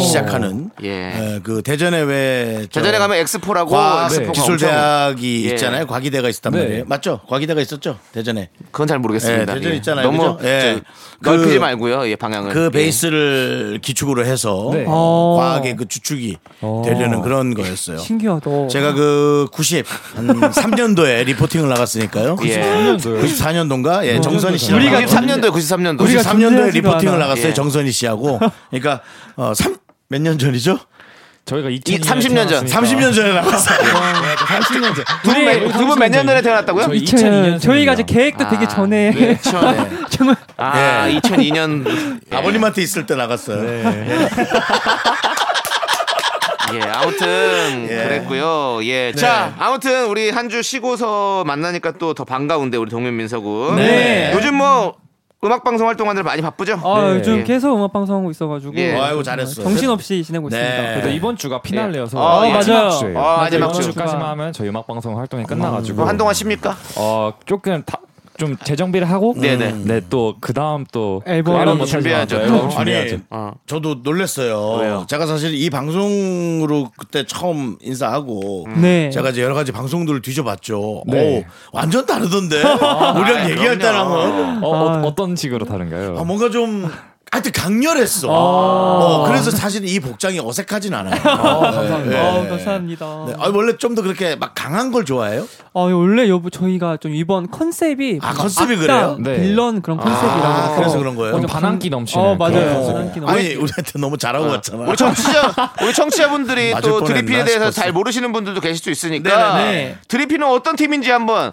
A: 시작하는
B: 예
A: 예, 그 대전에 왜 저-
B: 대전에 가면 엑스포라고
A: 과학 네,
B: 엑스포가 엄청-
A: 기술대학이
B: 예.
A: 있잖아요. 과기대가 있었단
C: 네.
A: 말이에요. 맞죠? 과기대가 있었죠? 대전에.
B: 그건 잘 모르겠습니다.
A: 예, 대전
B: 예.
A: 있잖아요,
B: 너무
A: 그죠? 예.
B: 저, 넓히지
A: 그-
B: 말고요 예 방향을
A: 그
B: 예.
A: 베이스를 기축으로 해서
C: 네. 어.
G: 어.
A: 과학의 그 주축이 되려는 그런 거였어요.
G: 신기하다.
A: 제가 그 90, 한 3년도에 리포팅을 나갔으니까요.
B: 예.
A: 94년도인가? 예, 정선이 씨.
G: 우리가
B: 93년도에 93년도
G: 우리가
A: 93년도에
G: 존재하지도
A: 리포팅을
G: 않아.
A: 나갔어요.
B: 예.
A: 정선희 씨하고. 그러니까 어, 몇년 전이죠?
C: 저희가 2000년
B: 30년 전.
G: 그러니까.
A: 30년 전에 나갔어요.
G: 예.
C: 30년 전.
B: 두분몇 년 전에 태어났다고요?
C: 저희
G: 2000년.
C: 2002년
G: 저희가 이제
C: 생이에요.
G: 계획도
A: 아,
G: 되게 전에
B: 네, 그렇죠. 네.
G: 정말
B: 아
A: 예.
B: 2002년
A: 아버님한테 있을 때 나갔어요.
B: 예, 아무튼 그랬고요. 예. 자, 아무튼 우리 한 주 쉬고서 만나니까 또 더 반가운데 우리 동현 민서군.
G: 네.
B: 요즘 뭐 음악 방송 활동하느라 많이 바쁘죠?
G: 아,
C: 네.
G: 요즘
B: 예.
G: 계속 음악 방송하고 있어가지고
B: 예.
A: 아이고, 잘했어.
G: 네. 정신없이 지내고
A: 네.
G: 있습니다.
C: 그래서 이번 주가 피날레여서
B: 아,
C: 마지막
G: 맞아요.
C: 주예요.
B: 아, 마지막
C: 이번
B: 주.
C: 주까지만 하면 저희 음악 방송 활동이 끝나가지고
B: 뭐 한동안 쉽니까?
C: 어 조금 다, 좀 재정비를 하고
B: 네네.
C: 네또그 다음 또
G: 앨범
C: 뭐
B: 준비해야죠.
C: 앨범
A: 아니,
C: 준비해야죠.
B: 어.
A: 저도 놀랐어요.
B: 왜요?
A: 제가 사실 이 방송으로 그때 처음 인사하고
G: 네.
A: 제가 이제 여러 가지 방송들을 뒤져봤죠.
C: 네.
A: 오, 완전 다르던데. 우리랑
B: 아이,
A: 얘기할
B: 그럼요.
A: 때랑은
C: 어,
G: 아.
C: 어, 어떤 식으로 다른가요?
A: 아, 뭔가 좀 하여튼 강렬했어.
G: 아.
A: 어, 그래서 사실 이 복장이 어색하진 않아요.
G: 감사합니다. 아, 감사합니다.
A: 네. 아, 원래 좀 더 그렇게 막 강한 걸 좋아해요?
G: 아, 원래 여보 저희가 좀 이번 컨셉이
A: 아, 컨셉이
G: 약간
A: 그래요?
C: 네.
G: 빌런 그런 컨셉이라서
A: 아, 그래서 그런 거예요?
C: 좀 반항기 넘치는
G: 어,
C: 네, 그런
G: 맞아요.
C: 컨셉.
G: 반항기 넘.
A: 아니, 우리한테 너무 잘하고 왔잖아.
G: 어,
B: 우리 청취자 우리 청취자분들이
A: 맞을
B: 또
A: 뻔했나
B: 드리핀에 대해서
A: 싶었어.
B: 잘 모르시는 분들도 계실 수 있으니까
G: 네네네.
B: 드리핀은 어떤 팀인지 한번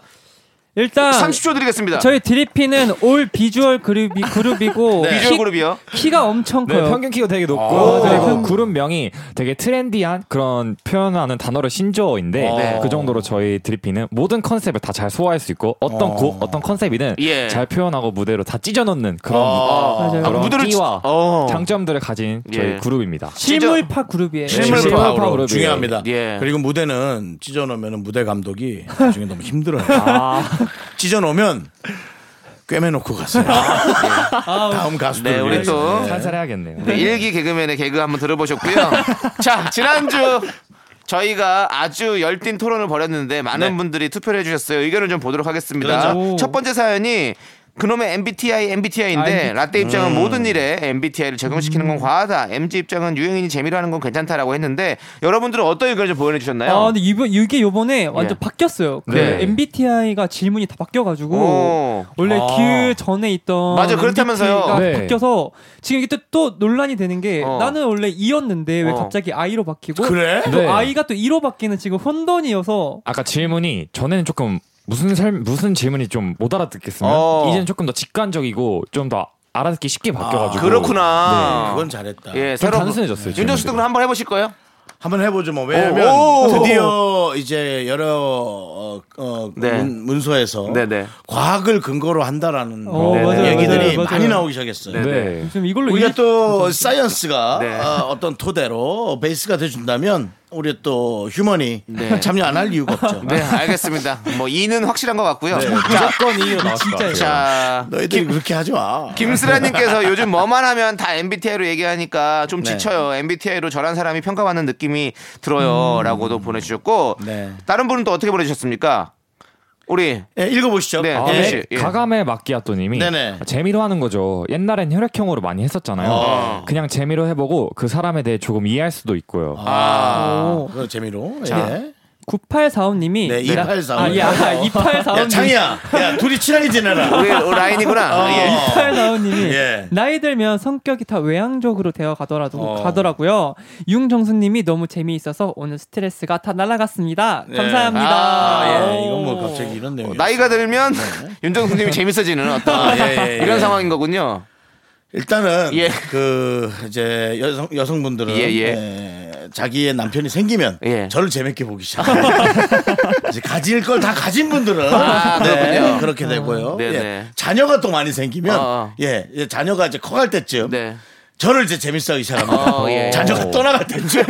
G: 일단
B: 30초 드리겠습니다.
G: 아. 저희 드리피는 올 비주얼 그룹이, 그룹이고
B: 네. 비주얼 그룹이요.
G: 키, 가 엄청
C: 네,
G: 커요.
C: 평균 키가 되게 높고 그리고 그룹 명이 되게 트렌디한 그런 표현하는 단어로 신조어인데
B: 네.
C: 그 정도로 저희 드리피는 모든 컨셉을 다 잘 소화할 수 있고 어떤 곡, 어떤 컨셉이든
B: 예.
C: 잘 표현하고 무대로 다 찢어놓는 그런
G: 맞아요.
B: 아,
C: 그런
B: 무대를 찢-
C: 끼와
B: 어.
C: 장점들을 가진 저희
B: 예.
C: 그룹입니다.
G: 네, 실물파 그룹이에요.
C: 실물
A: 실물
C: 파워로
A: 파워로
C: 그룹이에요.
A: 중요합니다.
B: 예.
A: 그리고 무대는 찢어놓으면 무대 감독이 나중에 너무 힘들어요. 찢어놓으면 꿰매놓고 가세요. 다음 가수들
B: 네, 우리
A: 위해서.
B: 또.
A: 네.
C: 살살 해야겠네요.
B: 네, 일기 개그맨의 개그 한번 들어보셨고요. 자, 지난주 저희가 아주 열띤 토론을 벌였는데 많은 분들이 투표를 해주셨어요. 의견을 좀 보도록 하겠습니다.
G: 그러죠.
B: 첫 번째 사연이 그놈의 MBTI, MBTI인데 라떼 입장은 모든 일에 MBTI를 적용시키는 건 과하다. MG 입장은 유행인이 재미로 하는 건 괜찮다라고 했는데 여러분들은 어떤 의견을 좀 보내주셨나요? 예.
G: 아 근데 이번 이게 요번에 완전 바뀌었어요. 그
B: 네.
G: MBTI가 질문이 다 바뀌어가지고
B: 오.
G: 원래
A: 아.
G: 그 전에 있던
B: 맞아, 그렇다면서요.
G: MBTI 가
C: 네.
G: 바뀌어서 지금 이게 또, 또 논란이 되는 게
B: 어.
G: 나는 원래 E였는데 왜
B: 어. 그렇죠.
G: 갑자기 I로 바뀌고
A: 그래?
G: 또
C: 네.
G: I가 또 E로 바뀌는 지금 혼돈이어서
C: 아까 질문이 전에는 조금 무슨 설, 무슨 질문이 좀 못 알아듣겠으면
B: 어.
C: 이제는 조금 더 직관적이고 좀 더 알아듣기 쉽게 바뀌어가지고
B: 그렇구나.
A: 그건 잘했다.
B: 예,
C: 좀
B: 새로
C: 단순해졌어요.
B: 윤정수
C: 지금.
B: 도 그럼 한번 해보실 거예요?
A: 한번 해보죠 뭐 왜냐면
B: 오, 오.
A: 드디어 이제 여러 어, 어,
B: 네.
A: 문, 문서에서
B: 네, 네.
A: 과학을 근거로 한다라는
G: 어,
C: 네,
G: 맞아요,
C: 네.
A: 얘기들이
G: 맞아요,
A: 많이
G: 맞아요.
A: 나오기 시작했어요.
C: 네.
G: 지금 이걸로
A: 우리가
G: 일-
A: 또 사이언스가
B: 네.
A: 어, 떤 토대로 베이스가 돼준다면 우리 또 휴먼이 참여 안 할 이유가 없죠.
B: 네, 알겠습니다. 뭐 이는 확실한 것 같고요. 자,
C: 네, 무조건 이유 나왔다.
B: 자,
A: 너희들이 그렇게 하지 마.
B: 김슬아님께서 요즘 뭐만 하면 다 MBTI로 얘기하니까 좀
A: 네.
B: 지쳐요. MBTI로 저런 사람이 평가받는 느낌이 들어요라고도
C: 음.
B: 보내주셨고
A: 네.
B: 다른 분은 또 어떻게 보내주셨습니까? 우리
A: 예, 읽어보시죠.
B: 네,
A: 예.
C: 아,
B: 네. 예.
C: 가감의 마키아토님이
A: 네네.
C: 재미로 하는 거죠. 옛날엔 혈액형으로 많이 했었잖아요.
A: 어.
C: 그냥 재미로 해보고 그 사람에 대해 조금 이해할 수도 있고요.
A: 아, 그거 재미로. 예.
G: 9845님이
A: 네, 2845.
G: 아, 예, 아,
C: 어.
G: 2845.
A: 야, 어. 창이야. 야, 둘이 친하게 지내라.
B: 우리
C: 아.
B: 라인이구나.
A: 어.
B: 예.
G: 2845님이
A: 예.
G: 나이 들면 성격이 다 외향적으로 되어 가더라도 가더라고요. 융정수님이 너무 재미있어서 오늘 스트레스가 다 날아갔습니다. 감사합니다.
A: 네. 아, 예.
G: 오.
A: 이건 뭐 갑자기 이런 내용.
B: 나이가 들면
C: 네.
B: 윤정수님이 재밌어지는 어떤
A: 아, 예, 예, 예.
B: 이런 상황인 거군요.
A: 일단은
B: 예.
A: 그 이제 여성 여성분들은
B: 예, 예.
A: 예, 자기의 남편이 생기면
B: 예.
A: 저를 재밌게 보기 시작해요. 이제 가질 걸 다 가진 분들은
B: 아, 그렇군요.
A: 그렇게 되고요.
B: 네,
A: 예.
B: 네.
A: 자녀가 또 많이 생기면
B: 어, 어.
A: 예, 이제 자녀가 이제 커갈 때쯤
B: 네.
A: 저를 이제 재밌어하기 시작합니다.
B: 어, 예.
A: 자녀가 떠나갈 때쯤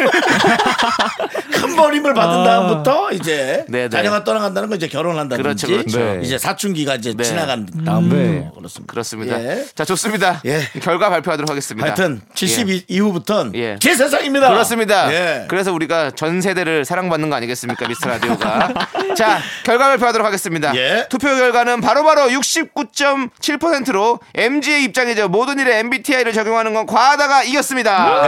A: 큰 버림을 받은 다음부터 이제
B: 아. 네, 네.
A: 자녀가 떠나간다는 건 이제 결혼한다든지
B: 그렇죠, 그렇죠.
C: 네.
A: 이제 사춘기가 이제
B: 네.
A: 지나간 다음부터
C: 네.
A: 그렇습니다.
B: 그렇습니다.
A: 예.
B: 자, 좋습니다.
A: 예.
B: 결과 발표하도록 하겠습니다.
A: 하여튼 70
B: 예.
A: 이후부턴
B: 예.
A: 제 세상입니다.
B: 그렇습니다.
A: 예.
B: 그래서 우리가 전 세대를 사랑받는 거 아니겠습니까, 미스터 라디오가. 자, 결과 발표하도록 하겠습니다.
A: 예.
B: 투표 결과는 바로바로 69.7%로 MG의 입장이죠. 모든 일에 MBTI를 적용하는 건 과하다가
A: 아,
B: 이겼습니다.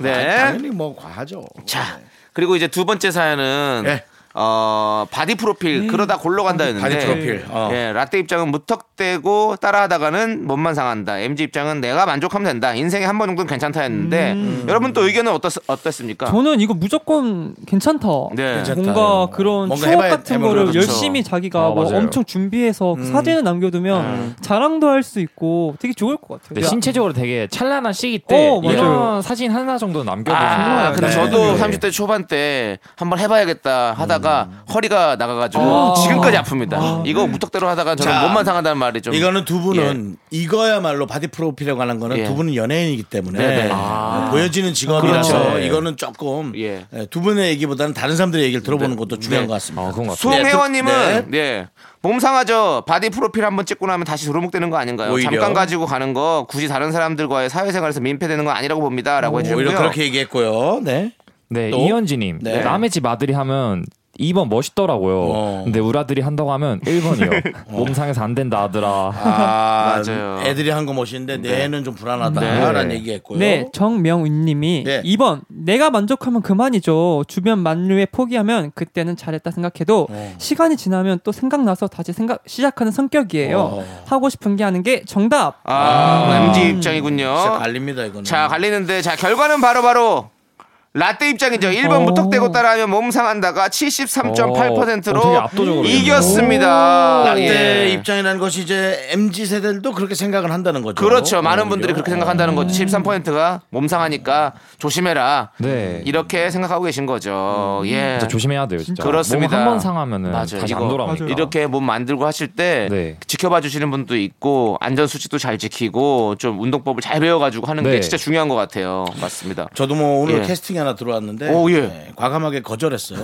B: 네.
A: 당연히 뭐 과하죠.
B: 자, 그리고 이제 두 번째 사연은
A: 예.
B: 어 바디 프로필 그러다 골로 간다였는데
A: 바디 프로필, 어.
B: 예, 라떼 입장은 무턱대고 따라하다가는 몸만 상한다 MG 입장은 내가 만족하면 된다 인생에 한 번 정도는 괜찮다였는데 여러분 또 의견은 어떻, 어떻습니까?
G: 저는 이거 무조건 괜찮다.
B: 네. 괜찮다.
G: 뭔가 그런
A: 뭔가
G: 추억
A: 해봐야- 그렇죠.
G: 같은
A: 해보는
G: 거를
A: 거죠. 음.
G: 열심히 자기가
C: 아,
G: 뭐
C: 맞아요.
G: 엄청 준비해서 그 사진을 남겨두면 자랑도 할 수 있고 되게 좋을 것 같아요.
C: 네, 신체적으로 되게 찬란한 시기 때
G: 어, 맞아요.
C: 이런 사진 하나 정도 남겨도
B: 아,
C: 정말
B: 근데
A: 네.
B: 저도
C: 네.
B: 30대 초반 때 한번 해봐야겠다 하다가
A: 음.
B: 허리가 나가가지고
G: 아.
B: 지금까지 아픕니다. 네. 이거 무턱대로 하다가 저는
A: 자,
B: 몸만 상한다는 말이 좀
A: 이거는 두 분은 이거야말로 바디 프로필에 관한 거는
B: 예.
A: 두 분은 연예인이기 때문에
B: 네네. 아.
A: 보여지는 직업이라서
B: 그렇죠.
A: 예. 이거는 조금
B: 예.
A: 예, 두 분의 얘기보다는 다른 사람들의 얘기를 들어보는 것도 중요한
B: 네.
A: 것 같습니다. 뭐
C: 아, 그런 것 같아요.
B: 송혜원님은 네. 몸상하죠. 바디 프로필 한번 찍고 나면 다시 도루묵되는 거 아닌가요?
A: 오히려.
B: 잠깐 가지고 가는 거 굳이 다른 사람들과의 사회생활에서 민폐되는 건 아니라고 봅니다라고 해주고요.
A: 오히려 그렇게 얘기했고요. 네.
C: 네,
A: 또?
C: 이현지님
A: 네.
C: 남의 집 아들이 하면 2번 멋있더라고요.
A: 어.
C: 근데 우리 아들이 한다고 하면 1번이요. 몸상해서 안 된다 아들아.
B: 아, 맞아요.
A: 애들이 한 거 멋있는데 내 애는 좀
C: 네.
A: 불안하다라는 얘기했고요.
G: 네, 정명윤님이
A: 네.
G: 2번 내가 만족하면 그만이죠. 주변 만류에 포기하면 그때는 잘했다 생각해도
A: 어.
G: 시간이 지나면 또 생각나서 다시 생각 시작하는 성격이에요.
A: 어.
G: 하고 싶은 게 하는 게 정답.
B: 아, MG
A: 음, 진짜
B: 입장이군요.
A: 갈립니다 이거는.
B: 자, 갈리는데 자 결과는 바로 바로 라떼 입장이죠. 1번 무턱대고 따라하면 몸 상한다가
C: 어, 되게
B: 73.8%로
C: 압도적으로
B: 이겼습니다.
A: 라떼
B: 예.
A: 입장이라는 것이 이제 MZ 세대들도 그렇게 생각을 한다는 거죠. 어.
B: 그렇죠. 많은 분들이 그렇게 생각한다는
C: 음.
B: 거죠. 73%가 몸 상하니까 조심해라.
C: 네. 음.
B: 이렇게 생각하고 계신 거죠. 예.
C: 진짜 조심해야 돼요, 진짜.
B: 그렇습니다.
C: 몸한번 상하면은
B: 맞아요.
C: 다시
B: 이거
C: 안 돌아옵니다.
B: 이렇게 몸 만들고 하실 때
C: 네.
B: 지켜봐 주시는 분도 있고 안전 수칙도 잘 지키고 좀 운동법을 잘 배워가지고 하는 게
C: 네.
B: 진짜 중요한 것 같아요. 맞습니다.
A: 저도 뭐 오늘
B: 예.
A: 캐스팅이 하나 들어왔는데
B: 오, 예.
A: 네, 과감하게 거절했어요.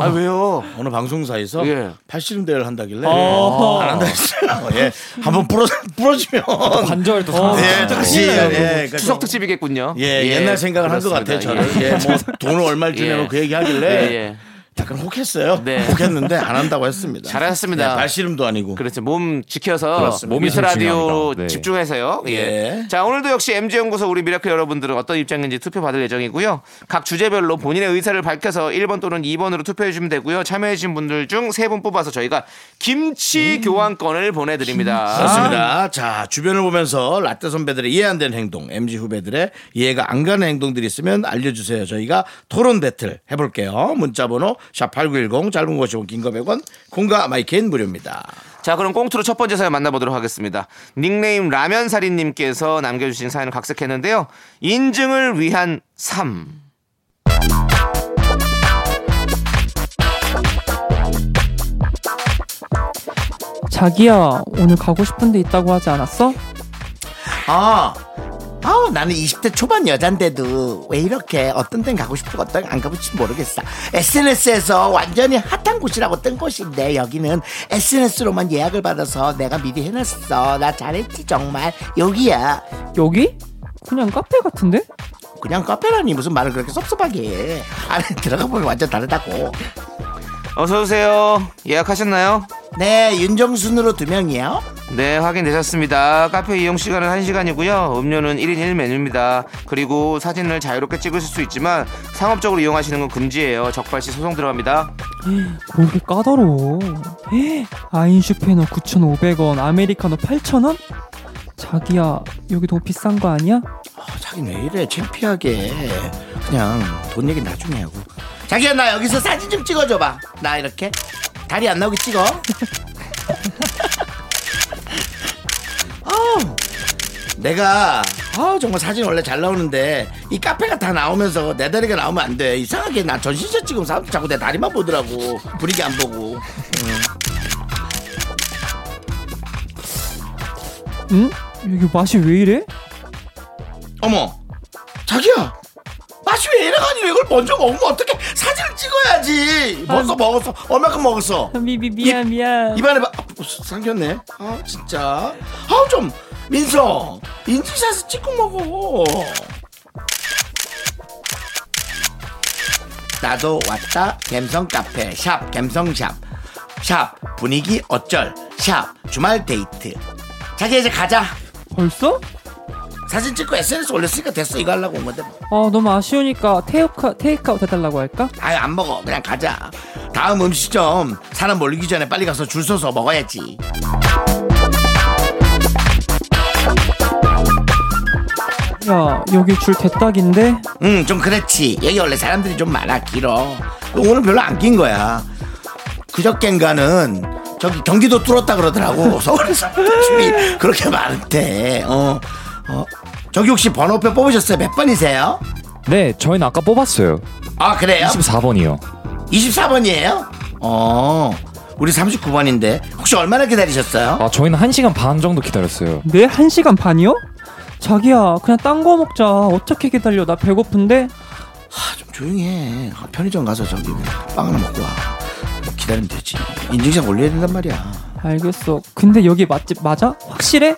B: 아 왜요?
A: 어느 방송사에서
B: 예. 어.
A: 팔씨름 대회를 한다길래 안 한다 했어요. 예. 한번 부러 부러지면
C: 관절 또 상하.
A: 예, 다시 예, 그러니까
B: 추석 특집이겠군요.
A: 예, 옛날 생각을 한 것 같아요.
B: 그렇습니다.
A: 저는 예. 뭐 돈을 얼마 주냐고
B: 예.
A: 그 얘기하길래
B: 예, 예.
A: 약간 혹했어요.
B: 네.
A: 혹했는데 안 한다고 했습니다.
B: 잘하셨습니다.
A: 네, 발씨름도 아니고
B: 그렇죠. 몸 지켜서
A: 그렇습니다.
C: 몸이
B: 미스
C: 제일
B: 라디오
C: 중요합니다. 네.
B: 집중해서요. 예.
A: 예.
B: 자 오늘도 역시 MG 연구소 우리 미라클 여러분들은 어떤 입장인지 투표 받을 예정이고요. 각 주제별로 본인의 의사를 밝혀서 1번 또는 2번으로 투표해 주면 되고요. 참여해주신 분들 중 세 분 뽑아서 저희가
C: 음.
B: 김치 교환권을 보내드립니다.
C: 아.
A: 그렇습니다. 자, 주변을 보면서 라떼 선배들의 이해 안 되는 행동, MG 후배들의 이해가 안 가는 행동들이 있으면 알려주세요. 저희가 토론 배틀 해볼게요. 문자번호 샵8910, 짧은 것이 온 긴거 100원, 콩과 마이케인 무료입니다.
B: 자 그럼 꽁트로 첫 번째 사연 만나보도록 하겠습니다. 닉네임 라면사리님께서 남겨주신 사연을 각색했는데요. 인증을 위한 삶.
G: 자기야 오늘 가고 싶은 데 있다고 하지 않았어?
A: 아, 아우, 나는 20대 초반 여잔데도 왜 이렇게 어떤 땐 가고 싶고 어떤 안 가고 싶지 모르겠어. SNS에서 완전히 핫한 곳이라고 뜬 곳인데 여기는 SNS로만 예약을 받아서 내가 미리 해놨어. 나 잘했지, 정말. 여기야.
G: 여기? 그냥 카페 같은데?
A: 그냥 카페라니 무슨 말을 그렇게 섭섭하게 해. 안에 들어가 보면 완전 다르다고.
B: 어서 오세요. 예약하셨나요?
A: 네, 윤정순으로 두 명이요.
B: 네, 확인되셨습니다. 카페 이용 시간은 1시간이고요. 음료는 1인 1메뉴입니다. 그리고 사진을 자유롭게 찍으실 수 있지만 상업적으로 이용하시는 건 금지예요. 적발 시 소송 들어갑니다.
G: 그렇게 까다로워 헤, 아인슈페너 9,500원 아메리카노 8,000원? 자기야 여기 너무 비싼 거 아니야?
A: 아, 자기 왜 이래 창피하게. 그냥 돈 얘기 나중에 하고. 자기야 나 여기서 사진 좀 찍어줘봐. 나 이렇게 다리 안 나오게 찍어. 아우, 내가 아 정말 사진 원래 잘 나오는데 이 카페가 다 나오면서 내 다리가 나오면 안 돼. 이상하게 나 전신샷 찍으면 사람 자꾸 내 다리만 보더라고. 부리게 안 보고.
G: 응? 여기 맛이 왜 이래?
A: 어머 자기야 맛이 왜 이래가니 이걸 먼저 먹으면 어떻게 사진을 찍어야지 벌써 먹었어 얼마큼 먹었어
G: 미, 미, 미안 미안
A: 입안에 막 아, 삼켰네 아 진짜 아우 좀 민서 인증샷을 찍고 먹어 나도 왔다 갬성 카페 샵 갬성샵 샵 분위기 어쩔 샵 주말 데이트 자기 이제 가자
G: 벌써?
A: 사진 찍고 SNS 올렸으니까 됐어 이거 하려고 온 건데 뭐.
G: 아 너무 아쉬우니까 테이크아웃, 테이크아웃 해달라고 할까?
A: 아유 안 먹어 그냥 가자 다음 음식점 사람 몰리기 전에 빨리 가서 줄 서서 먹어야지
G: 야 여기 줄 대딱인데?
A: 응 좀 그렇지 여기 원래 사람들이 좀 많아 길어 오늘 별로 안 낀 거야 그저껜가는 저기 경기도 뚫었다 그러더라고 서울에서 줄이 그렇게 많대 어, 어. 저기 혹시 번호표 뽑으셨어요 몇 번이세요?
C: 네, 저희는 아까 뽑았어요.
A: 아 그래요?
C: 24번이요.
A: 24번이에요? 어 우리 39번인데 혹시 얼마나 기다리셨어요?
C: 아, 저희는 1시간 반 정도 기다렸어요.
G: 네? 한시간 반이요? 자기야 그냥 딴 거 먹자 어떻게 기다려 나 배고픈데?
A: 좀 조용히 해. 아, 편의점 가서 저기 빵 하나 먹고 와. 뭐 기다리면 되지. 인증샷 올려야 된단 말이야.
G: 알겠어. 근데 여기 맛집 맞아? 확실해?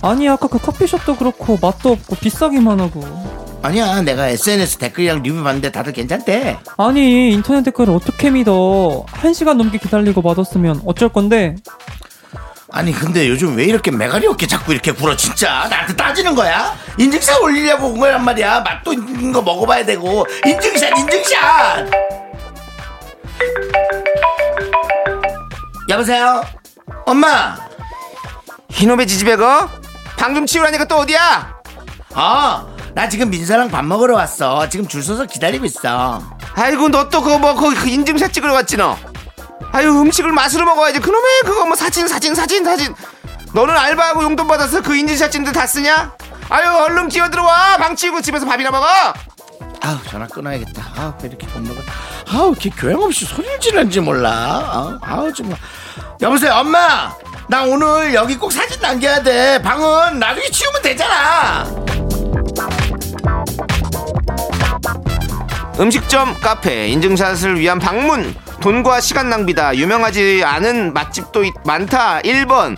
G: 아니 아까 그 커피숍도 그렇고 맛도 없고 비싸기만 하고.
A: 아니야, 내가 SNS 댓글이랑 리뷰 봤는데 다들 괜찮대.
G: 아니 인터넷 댓글을 어떻게 믿어? 한 시간 넘게 기다리고 맛없으면 어쩔 건데?
A: 아니, 근데 요즘 왜 이렇게 매가리 없게 자꾸 이렇게 굴어, 진짜. 나한테 따지는 거야? 인증샷 올리려고 온 거란 말이야. 맛도 있는 거 먹어봐야 되고. 인증샷, 인증샷! 여보세요? 엄마!
B: 희놈의 지지배거? 방금 치우라니까 또 어디야?
A: 아, 나 지금 민서랑 밥 먹으러 왔어. 지금 줄 서서 기다리고 있어.
B: 아이고 너 또 그거 뭐 거기 그 인증샷 찍으러 왔지 너 아유 음식을 맛으로 먹어야지 그놈의 그거 뭐 사진 사진 사진 사진 너는 알바하고 용돈 받아서 그 인증샷 찍는데 다 쓰냐 아유 얼른 기어들어와 방치우고 집에서 밥이나 먹어
A: 아우 전화 끊어야겠다. 아우 왜 이렇게 못 먹어. 아우 걔 교양 없이 소리를 지르는지 몰라. 어? 아우, 아우 정말. 여보세요 엄마. 나 오늘 여기 꼭 사진 남겨야 돼. 방은 나중에 치우면 되잖아.
B: 음식점 카페 인증샷을 위한 방문 돈과 시간 낭비다 유명하지 않은 맛집도 있- 많다 1번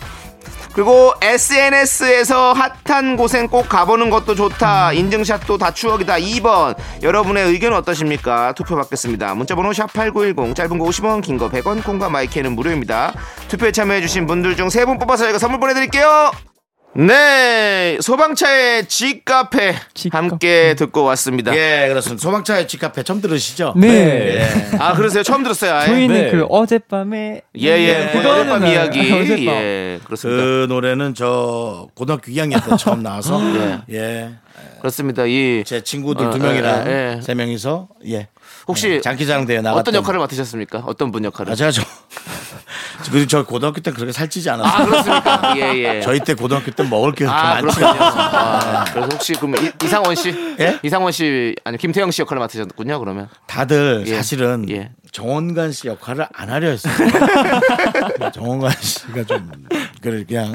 B: 그리고 SNS에서 핫한 곳엔 꼭 가보는 것도 좋다. 인증샷도 다 추억이다. 2번. 여러분의 의견은 어떠십니까? 투표 받겠습니다. 문자번호 샵8910 짧은 거 50원, 긴 거 100원, 콩과 마이크는 무료입니다. 투표에 참여해주신 분들 중 3분 뽑아서 저희가 선물 보내드릴게요. 네. 소방차의 지카페
G: 지카페.
B: 함께 듣고 왔습니다.
A: 예 그렇습니다. 소방차의 집카페 처음 들으시죠? 예.
G: 네.
B: 아, 그러세요? 처음 들었어요. 아예?
G: 저희는
C: 네.
G: 그 어젯밤에
B: 예,
A: 네.
B: 예. 그
G: 그거는
B: 어젯밤
G: 알아요.
B: 이야기.
G: 어젯밤.
B: 예. 그렇습니다.
A: 그 노래는 저 고등학교 2학년 때 처음 나와서 예.
B: 그렇습니다. 이
A: 제 친구들
B: 어,
A: 두 명이랑
B: 예, 예.
A: 세 명이서 예
B: 혹시
A: 예, 장기자랑 대회 나갔던
B: 어떤 역할을 맡으셨습니까? 어떤 분 역할을?
A: 아 제가 저 그리고 저 고등학교 때 그렇게 살찌지
B: 아
A: 않았어요.
B: 그렇습니까? 예예.
A: 저희 때 고등학교 때 먹을 게 그렇게
B: 아
A: 많지
B: 그렇군요.
A: 않아요.
B: 아, 그래서 혹시 그럼 이, 상원 씨,
A: 예?
B: 이상원 씨 아니 김태형 씨 역할을 맡으셨군요. 그러면
A: 다들
B: 예.
A: 사실은
B: 예.
A: 정원관 씨 역할을 안 하려 했어요. 정원관 씨가 좀 그래 그냥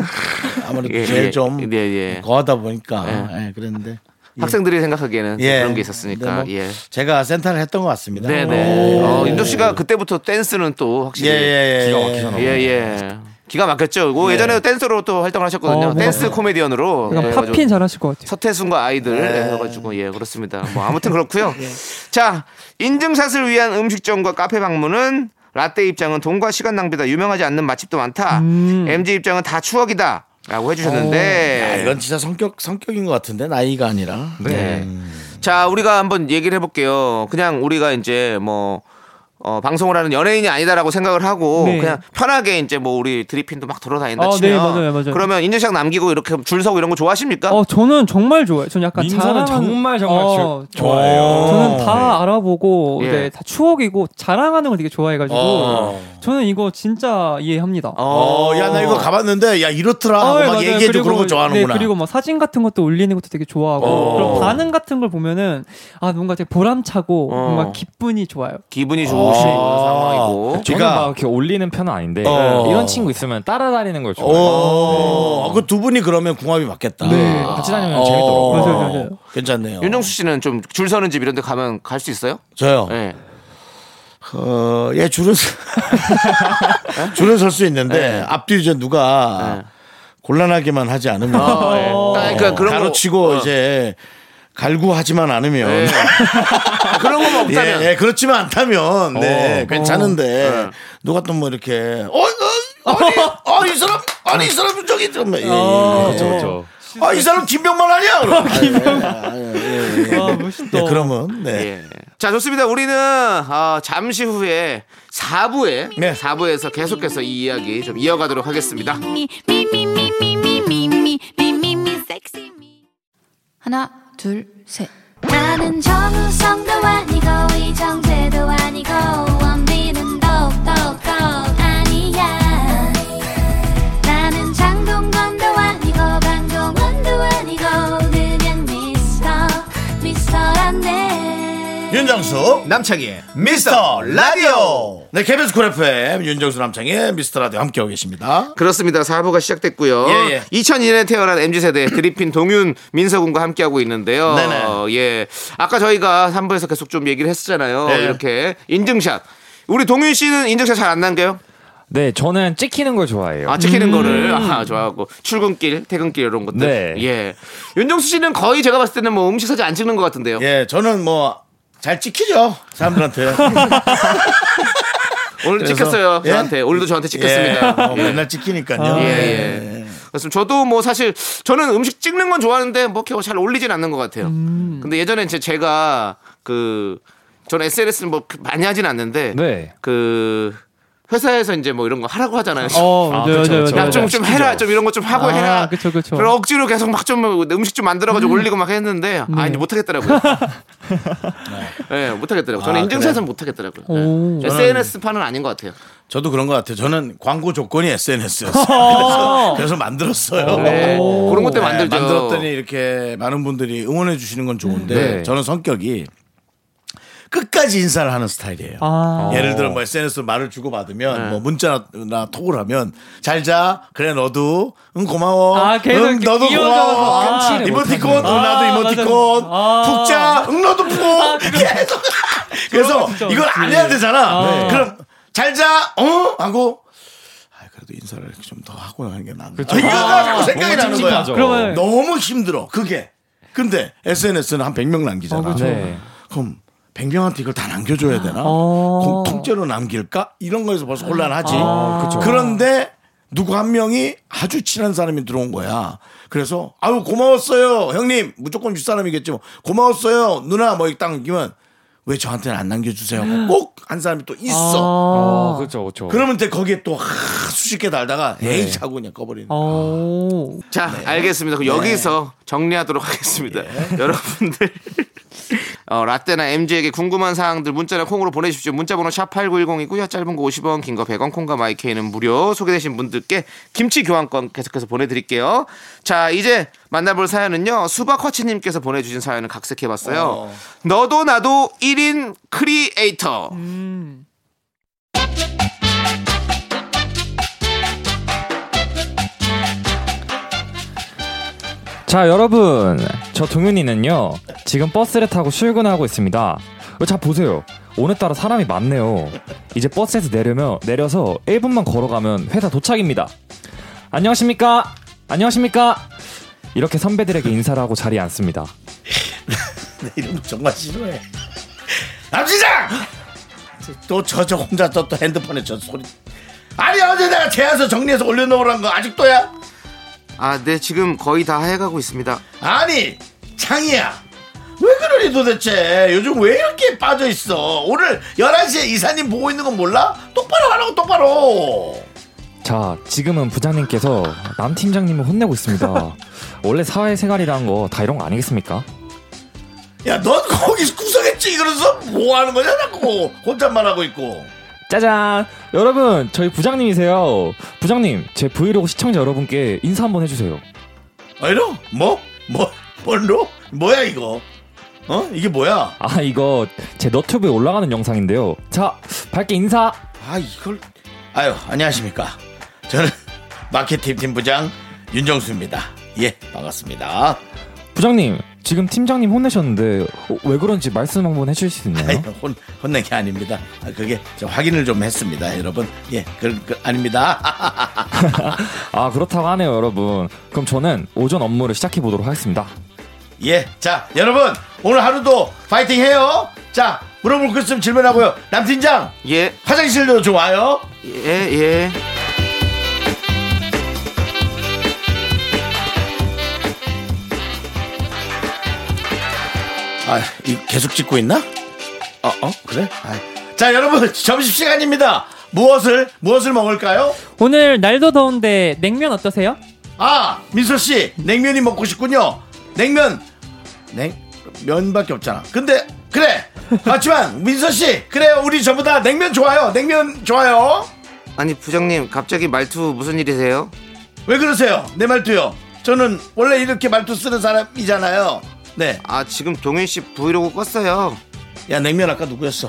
A: 아무래도
B: 예,
A: 제일
B: 예.
A: 좀
B: 예, 예.
A: 거하다 보니까 예. 그랬는데
B: 학생들이 생각하기에는
A: 예.
B: 그런 게
A: 근데
B: 있었으니까.
A: 뭐
B: 예.
A: 제가 센터를 했던 것 같습니다.
B: 네네. 어, 임도 씨가 그때부터 댄스는 또 확실히
A: 예예예.
C: 기가 막히잖아.
B: 예, 예. 기가 막혔죠. 그 예전에도 댄서로 또 활동을 하셨거든요.
G: 어, 뭔가
A: 네.
B: 댄스 코미디언으로. 예,
G: 약간 팝핀 잘하실 것 같아요.
B: 서태순과 아이들
G: 네.
B: 해가지고 예 그렇습니다. 뭐 아무튼 그렇고요.
G: 예.
B: 자 인증샷을 위한 음식점과 카페 방문은 라떼 입장은 돈과 시간 낭비다. 유명하지 않는 맛집도 많다.
G: 음.
B: MG 입장은 다 추억이다라고
A: 야,
B: 해주셨는데
A: 이건 진짜 성격 성격인 것 같은데 나이가 아니라.
B: 네. 자, 우리가 한번 얘기를 해볼게요. 그냥 우리가 이제 뭐, 어, 방송을 하는 연예인이 아니다라고 생각을 하고,
G: 네.
B: 그냥 편하게 이제 뭐 우리 드리핀도 막 돌아다닌다
G: 아,
B: 치면.
G: 네, 맞아요, 맞아요.
B: 그러면 인증샷 남기고 이렇게 줄 서고 이런 거 좋아하십니까?
G: 어 저는 정말 좋아요. 저는 약간
C: 민서는
G: 자랑하는-
C: 정말 정말
G: 어,
C: 좋아요.
G: 저는 다
A: 어.
G: 알아보고
B: 예.
G: 네, 다 추억이고 자랑하는 걸 되게 좋아해가지고
A: 어.
G: 저는 이거 진짜 이해합니다.
A: 어, 야, 나 이거 가봤는데, 야, 이렇더라. 하고
G: 예,
A: 막
G: 맞아요.
A: 얘기해줘. 그런 거 좋아하는구나.
G: 네, 그리고 막 사진 같은 것도 올리는 것도 되게 좋아하고
B: 어.
G: 그런 반응 같은 걸 보면은 아 뭔가 되게 보람차고
B: 어.
G: 뭔가 기분이 좋아요.
B: 기분이 좋으신
A: 어.
B: 상황이고.
C: 저는
A: 제가-
C: 막 이렇게 올리는 편은 아닌데
A: 어.
C: 이런 친구 있으면 따라다니는 걸 좋아해요.
A: 오, 그 두 분이 그러면 궁합이 맞겠다. 어.
C: 네, 같이 다니면 재밌더라고요.
G: 맞아요, 맞아요.
A: 괜찮네요.
B: 윤정수 씨는 좀 줄 서는 집 이런 데 가면 갈 수 있어요?
A: 저요.
B: 예.
A: 어, 예, 줄은, 서- 줄은 설 수 있는데,
B: 네.
A: 앞뒤 이제 누가 곤란하게만 하지 않으면.
B: 아, 예. 그러니까 그런 거-
A: 어. 가로치고
B: 어.
A: 이제 갈구하지만 않으면.
B: 예. 아, 그런 거만 없다면.
A: 예, 예, 그렇지만 않다면 네, 괜찮은데 누가 또 뭐 이렇게 어, 어 아니, 아, 이 사람 아니 이 사람 저기 좀 예, 예,
C: 그렇죠, 그렇죠.
A: 아이 사람 김병만 아니야? 예,
G: 아 멋있다.
A: 네, 그러면 네.
B: 예. 자 좋습니다. 우리는 아, 잠시 후에 4부에
A: 네.
B: 4부에서 계속해서 이 이야기 좀 이어가도록 하겠습니다.
D: me, me, me, me, me, me, me, me, me, me, me, sexy me.
H: 하나, 둘, 셋.
D: 나는 정우성도 아니고 이정재도 아니고 원빈은 더욱더 아니야 나는 장동건도 아니고 방종원도 아니고 그냥 미스터 미스터란데
A: 윤정수
B: 남창희의
A: 미스터 라디오. 네, KBS 쿨 FM 윤정수 남창의 미스터 라디오 함께하고 계십니다.
B: 그렇습니다. 4부가 시작됐고요.
A: 예, 예.
B: 2002년에 태어난 MZ세대 드리핀 동윤 민서군과 함께하고 있는데요.
A: 네네.
B: 어, 예. 아까 저희가 3부에서 계속 좀 얘기를 했었잖아요.
A: 네.
B: 이렇게 인증샷. 우리 동윤 씨는 인증샷 잘 안 남겨요?
C: 네, 저는 찍히는 걸 좋아해요.
B: 아, 찍히는
A: 음.
B: 거를 아, 좋아하고 출근길, 퇴근길 이런 것들.
C: 네.
B: 예. 윤정수 씨는 거의 제가 봤을 때는 뭐 음식 사진 안 찍는 것 같은데요.
A: 예, 저는 뭐 잘 찍히죠 사람들한테.
B: 오늘
A: 그래서-
B: 찍혔어요.
A: 예?
B: 저한테. 오늘도 저한테 찍혔습니다.
A: 예, 어,
B: 예.
A: 맨날
G: 아,
A: 찍히니까요. 네.
B: 예, 예. 그래서 저도 뭐 사실 저는 음식 찍는 건 좋아하는데 뭐 겨우 잘 올리진 않는 것 같아요.
G: 음.
B: 근데 예전에 제그 제가 그 저는 SNS는 뭐 많이 하진 않는데
C: 네.
B: 그 회사에서 이제 뭐 이런 거 하라고 하잖아요.
G: 어,
C: 아,
G: 맞아요,
C: 그쵸,
G: 맞아요,
C: 그쵸.
G: 맞아요. 아,
B: 야 좀 좀 해라 좀 이런 거 좀 하고 해라.
G: 그쵸, 그쵸.
B: 그걸 억지로 계속 막 좀 음식 좀 만들어가지고 올리고 막 했는데
G: 네.
B: 아 이제 못하겠더라고요. 예, 못하겠더라고요. 저는
A: 아,
B: 인증샷은 못하겠더라고요. 예.
G: 오.
B: SNS 판은 아닌 것 같아요.
A: 저도 그런 것 같아요. 저는 광고 조건이 SNS였어요. 그래서, 그래서 만들었어요.
B: 네, 그런 것 때문에
A: 네,
B: 만들죠.
A: 만들었더니 이렇게 많은 분들이 응원해 주시는 건 좋은데
B: 네.
A: 저는 성격이 끝까지 인사를 하는 스타일이에요.
G: 아.
A: 예를 들어 뭐 SNS 로 말을 주고 받으면 뭐 문자나 톡을 하면 잘자 그래 너도 응 고마워
G: 아, 계속
A: 응 너도
G: 이어가면서
A: 고마워
G: 아.
A: 이모티콘 응 나도 이모티콘
G: 아.
A: 푹자 응 너도 푹 계속 그래서
G: 진짜
A: 이걸 안
G: 어렵지.
A: 해야 되잖아 네.
G: 아.
A: 그럼 잘자 어 하고 아, 그래도 인사를 좀 더 하고 나는 게 나은 거 이거가 자꾸
C: 뭔가
A: 생각이 나는 거야.
C: 찝찝하죠.
G: 그러면-
A: 너무 힘들어. 그게. 근데 SNS는 한 100명 남기잖아.
G: 그렇죠.
C: 네.
A: 그럼 100명한테 이걸 다 남겨줘야 되나?
G: 어.
A: 그럼 통째로 남길까? 이런 거에서 벌써 혼란하지.
G: 아, 그쵸.
A: 그런데 누구 한 명이 아주 친한 사람이 들어온 거야. 그래서 아유 고마웠어요 형님 무조건 윗사람이겠지 뭐 고마웠어요 누나 뭐딱 남기면 왜 저한테는 안 남겨주세요 꼭 한 사람이 또 있어
G: 아.
C: 어, 그렇죠, 그렇죠. 네.
A: 그러면 이제 거기에 또 하, 수십 개 달다가 에이 하고 그냥 꺼버리는
G: 아, 어. 오.
B: 자, 알겠습니다. 그럼 여기서 정리하도록 하겠습니다. 여러분들. 어, 라떼나 MG에게 궁금한 사항들 문자나 콩으로 보내주십시오. 문자번호 샵8910이고요. 짧은 거 50원, 긴 거 100원, 콩과 마이케이는 무료. 소개되신 분들께 김치 교환권 계속해서 보내드릴게요. 자, 이제 만나볼 사연은요. 수박허치님께서 보내주신 사연을 각색해봤어요. 너도 나도 1인 크리에이터.
C: 자 여러분 저 동윤이는요 지금 버스를 타고 출근하고 있습니다 어, 자 보세요 오늘따라 사람이 많네요 이제 버스에서 내려면 내려서 1분만 걸어가면 회사 도착입니다 안녕하십니까 안녕하십니까 이렇게 선배들에게 인사를 하고 자리에 앉습니다
A: 이름 정말 싫어해. 남지장! 또 저 저 혼자 또, 또 핸드폰에 저 소리. 아니 어제 내가 제안서 정리해서 올려놓으란 거 아직도야?
B: 아, 네, 지금 거의 다 해가고 있습니다.
A: 아니 창이야. 왜 그러니 도대체 요즘 왜 이렇게 빠져 있어? 오늘 11시에 이사님 보고 있는 건 몰라? 똑바로 하라고 똑바로.
C: 자 아, 지금은 부장님께서 남 팀장님을 혼내고 있습니다 원래 사회생활이라는 거 다 이런 거 아니겠습니까
A: 야 넌 거기 구석에 찌그러서 뭐 하는 거냐 자꾸 혼잣말 하고 있고.
C: 짜잔 여러분 저희 부장님이세요 부장님 제 브이로그 시청자 여러분께 인사 한번 해주세요
A: 아니로 뭐? 뭐? 뭘로? 뭐야 이거? 어? 이게 뭐야?
C: 아 이거 제 너튜브에 올라가는 영상인데요 자 밝게 인사
A: 아 이걸 아유 안녕하십니까 저는 마케팅 팀부장 윤정수입니다 예 반갑습니다
C: 부장님 지금 팀장님 혼내셨는데 어, 왜 그런지 말씀 한번 해주실 수
A: 아유,
C: 있나요?
A: 혼 혼낸 게 아닙니다 아, 그게 저 확인을 좀 했습니다 여러분 예 그, 그, 아닙니다
C: 아 그렇다고 하네요 여러분 그럼 저는 오전 업무를 시작해 보도록 하겠습니다
A: 예 자 여러분 오늘 하루도 파이팅 해요 자 물어볼 거 있으면 질문하고요 남 팀장
B: 예,
A: 화장실도 좋아요
B: 예, 예.
A: 아, 이 계속 찍고 있나? 어, 어, 그래? 아. 자, 여러분, 점심시간입니다. 무엇을, 무엇을 먹을까요?
G: 오늘 날도 더운데 냉면 어떠세요?
A: 아 민서 씨 냉면이 먹고 싶군요. 냉면 냉 면밖에 없잖아. 근데 그래 맞지만 민서 씨 그래요 우리 전부 다 냉면 좋아요. 냉면 좋아요.
B: 아니 부장님 갑자기 말투 무슨 일이세요?
A: 왜 그러세요? 내 말투요. 저는 원래 이렇게 말투 쓰는 사람이잖아요. 네.
B: 아 지금 동현 씨 브이로그 껐어요.
A: 야 냉면 아까 누구였어?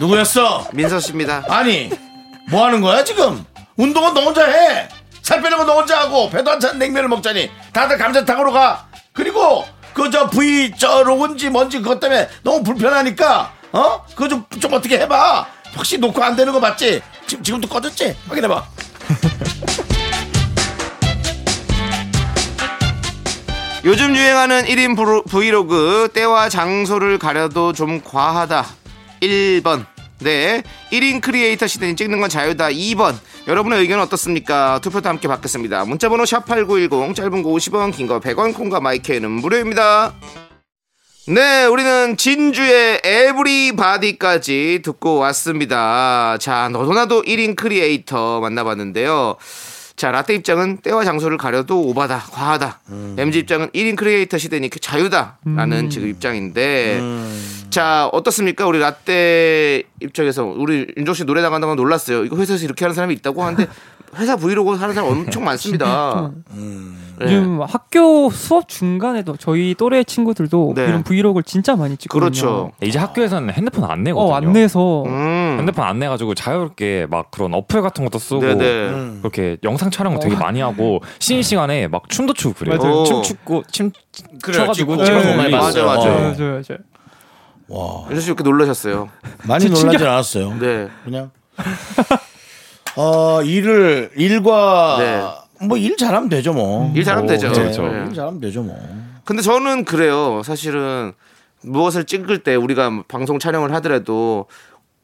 A: 누구였어?
B: 민서 씨입니다.
A: 아니 뭐 하는 거야 지금? 운동은 너 혼자 해. 살 빼는 건 너 혼자 하고 배도 안 찬 냉면을 먹자니 다들 감자탕으로 가. 그리고 그 저 부위 저 로건지 뭔지 그것 때문에 너무 불편하니까 어 그거 좀 좀 어떻게 해봐. 혹시 놓고 안 되는 거 맞지? 지금 지금도 꺼졌지? 확인해봐.
B: 요즘 유행하는 1인 브로- 브이로그 때와 장소를 가려도 좀 과하다. 1번. 네. 1인 크리에이터 시대니 찍는 건 자유다. 2번. 여러분의 의견은 어떻습니까? 투표도 함께 받겠습니다. 문자번호 샵8910 짧은 거 50원 긴 거 100원 콩과 마이크에는 무료입니다. 네, 우리는 진주의 에브리바디까지 듣고 왔습니다. 자, 너도나도 1인 크리에이터 만나봤는데요. 자, 라떼 입장은 때와 장소를 가려도 오바다, 과하다. MG 입장은 1인 크리에이터 시대니까 자유다라는 지금 입장인데. 자, 어떻습니까? 우리 라떼 입장에서 우리 윤종 씨 노래 나간다고 놀랐어요. 이거 회사에서 이렇게 하는 사람이 있다고 하는데 회사 브이로그 하는 사람 엄청 많습니다. 네.
G: 요즘 학교 수업 중간에도 저희 또래 친구들도
B: 네.
G: 이런 브이로그를 진짜 많이 찍거든요.
B: 그렇죠.
C: 네, 이제 학교에서는 핸드폰 안 내거든요.
G: 어, 안 내서
B: 음.
C: 핸드폰 안 내가지고 자유롭게 막 그런 어플 같은 것도 쓰고
B: 네네.
C: 그렇게 영상 촬영을 되게 많이 하고 쉬는 시간에 막 춤도 추고 그래요.
B: 맞아요. 어.
C: 춤 추고 춤
F: 그래요,
C: 춰가지고
F: 찍고.
C: 음, 찍어서
F: 네,
C: 올리고.
B: 맞아요, 맞아요.
G: 맞아요, 맞아요.
A: 와
B: 윤종 씨 이렇게 놀라셨어요.
A: 많이 놀라지 않았어요.
B: 네.
A: 그냥 어 일을 일과 뭐 일 잘하면 되죠 뭐.
B: 네. 일 잘하면
A: 뭐,
B: 되죠. 어,
A: 네,
C: 그렇죠.
A: 일 잘하면 되죠 뭐.
B: 근데 저는 그래요. 사실은 무엇을 찍을 때 우리가 방송 촬영을 하더라도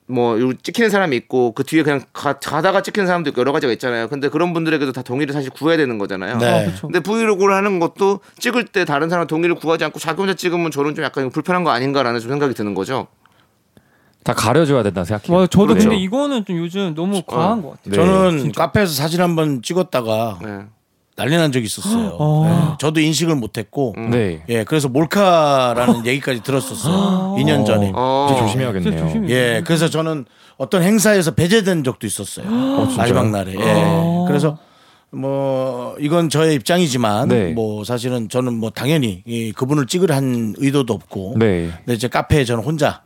B: 뭐 요- 찍히는 사람이 있고 그 뒤에 그냥 가, 가다가 찍히는 사람도 있고 여러 가지가 있잖아요. 근데 그런 분들에게도 다 동의를 사실 구해야 되는 거잖아요.
A: 네.
G: 그렇죠.
B: 근데 브이로그를 하는 것도 찍을 때 다른 사람 동의를 구하지 않고 자기 혼자 찍으면 저는 좀 약간 불편한 거 아닌가라는 좀 생각이 드는 거죠.
C: 다 가려줘야 된다 생각해요.
G: 맞아요. 저도
B: 그렇죠. 어,
G: 근데 이거는 좀 요즘 너무 과한 것 같아요.
C: 네.
A: 저는 카페에서 사진 한번 찍었다가
B: 네.
A: 난리 난 적이 있었어요. 예, 저도 인식을 못했고
C: 네.
A: 예 그래서 몰카라는 얘기까지 어. 들었었어요. 2년 전에.
B: 어.
C: 이제 조심해야겠네요.
G: 조심히.
A: 예, 그래서 저는 어떤 행사에서 배제된 적도 있었어요. 마지막 날에. 예. 그래서 뭐 이건 저의 입장이지만
C: 네.
A: 뭐 사실은 저는 뭐 당연히 이 그분을 찍으란 의도도 없고.
C: 네.
A: 근데 이제 카페에 저는 혼자.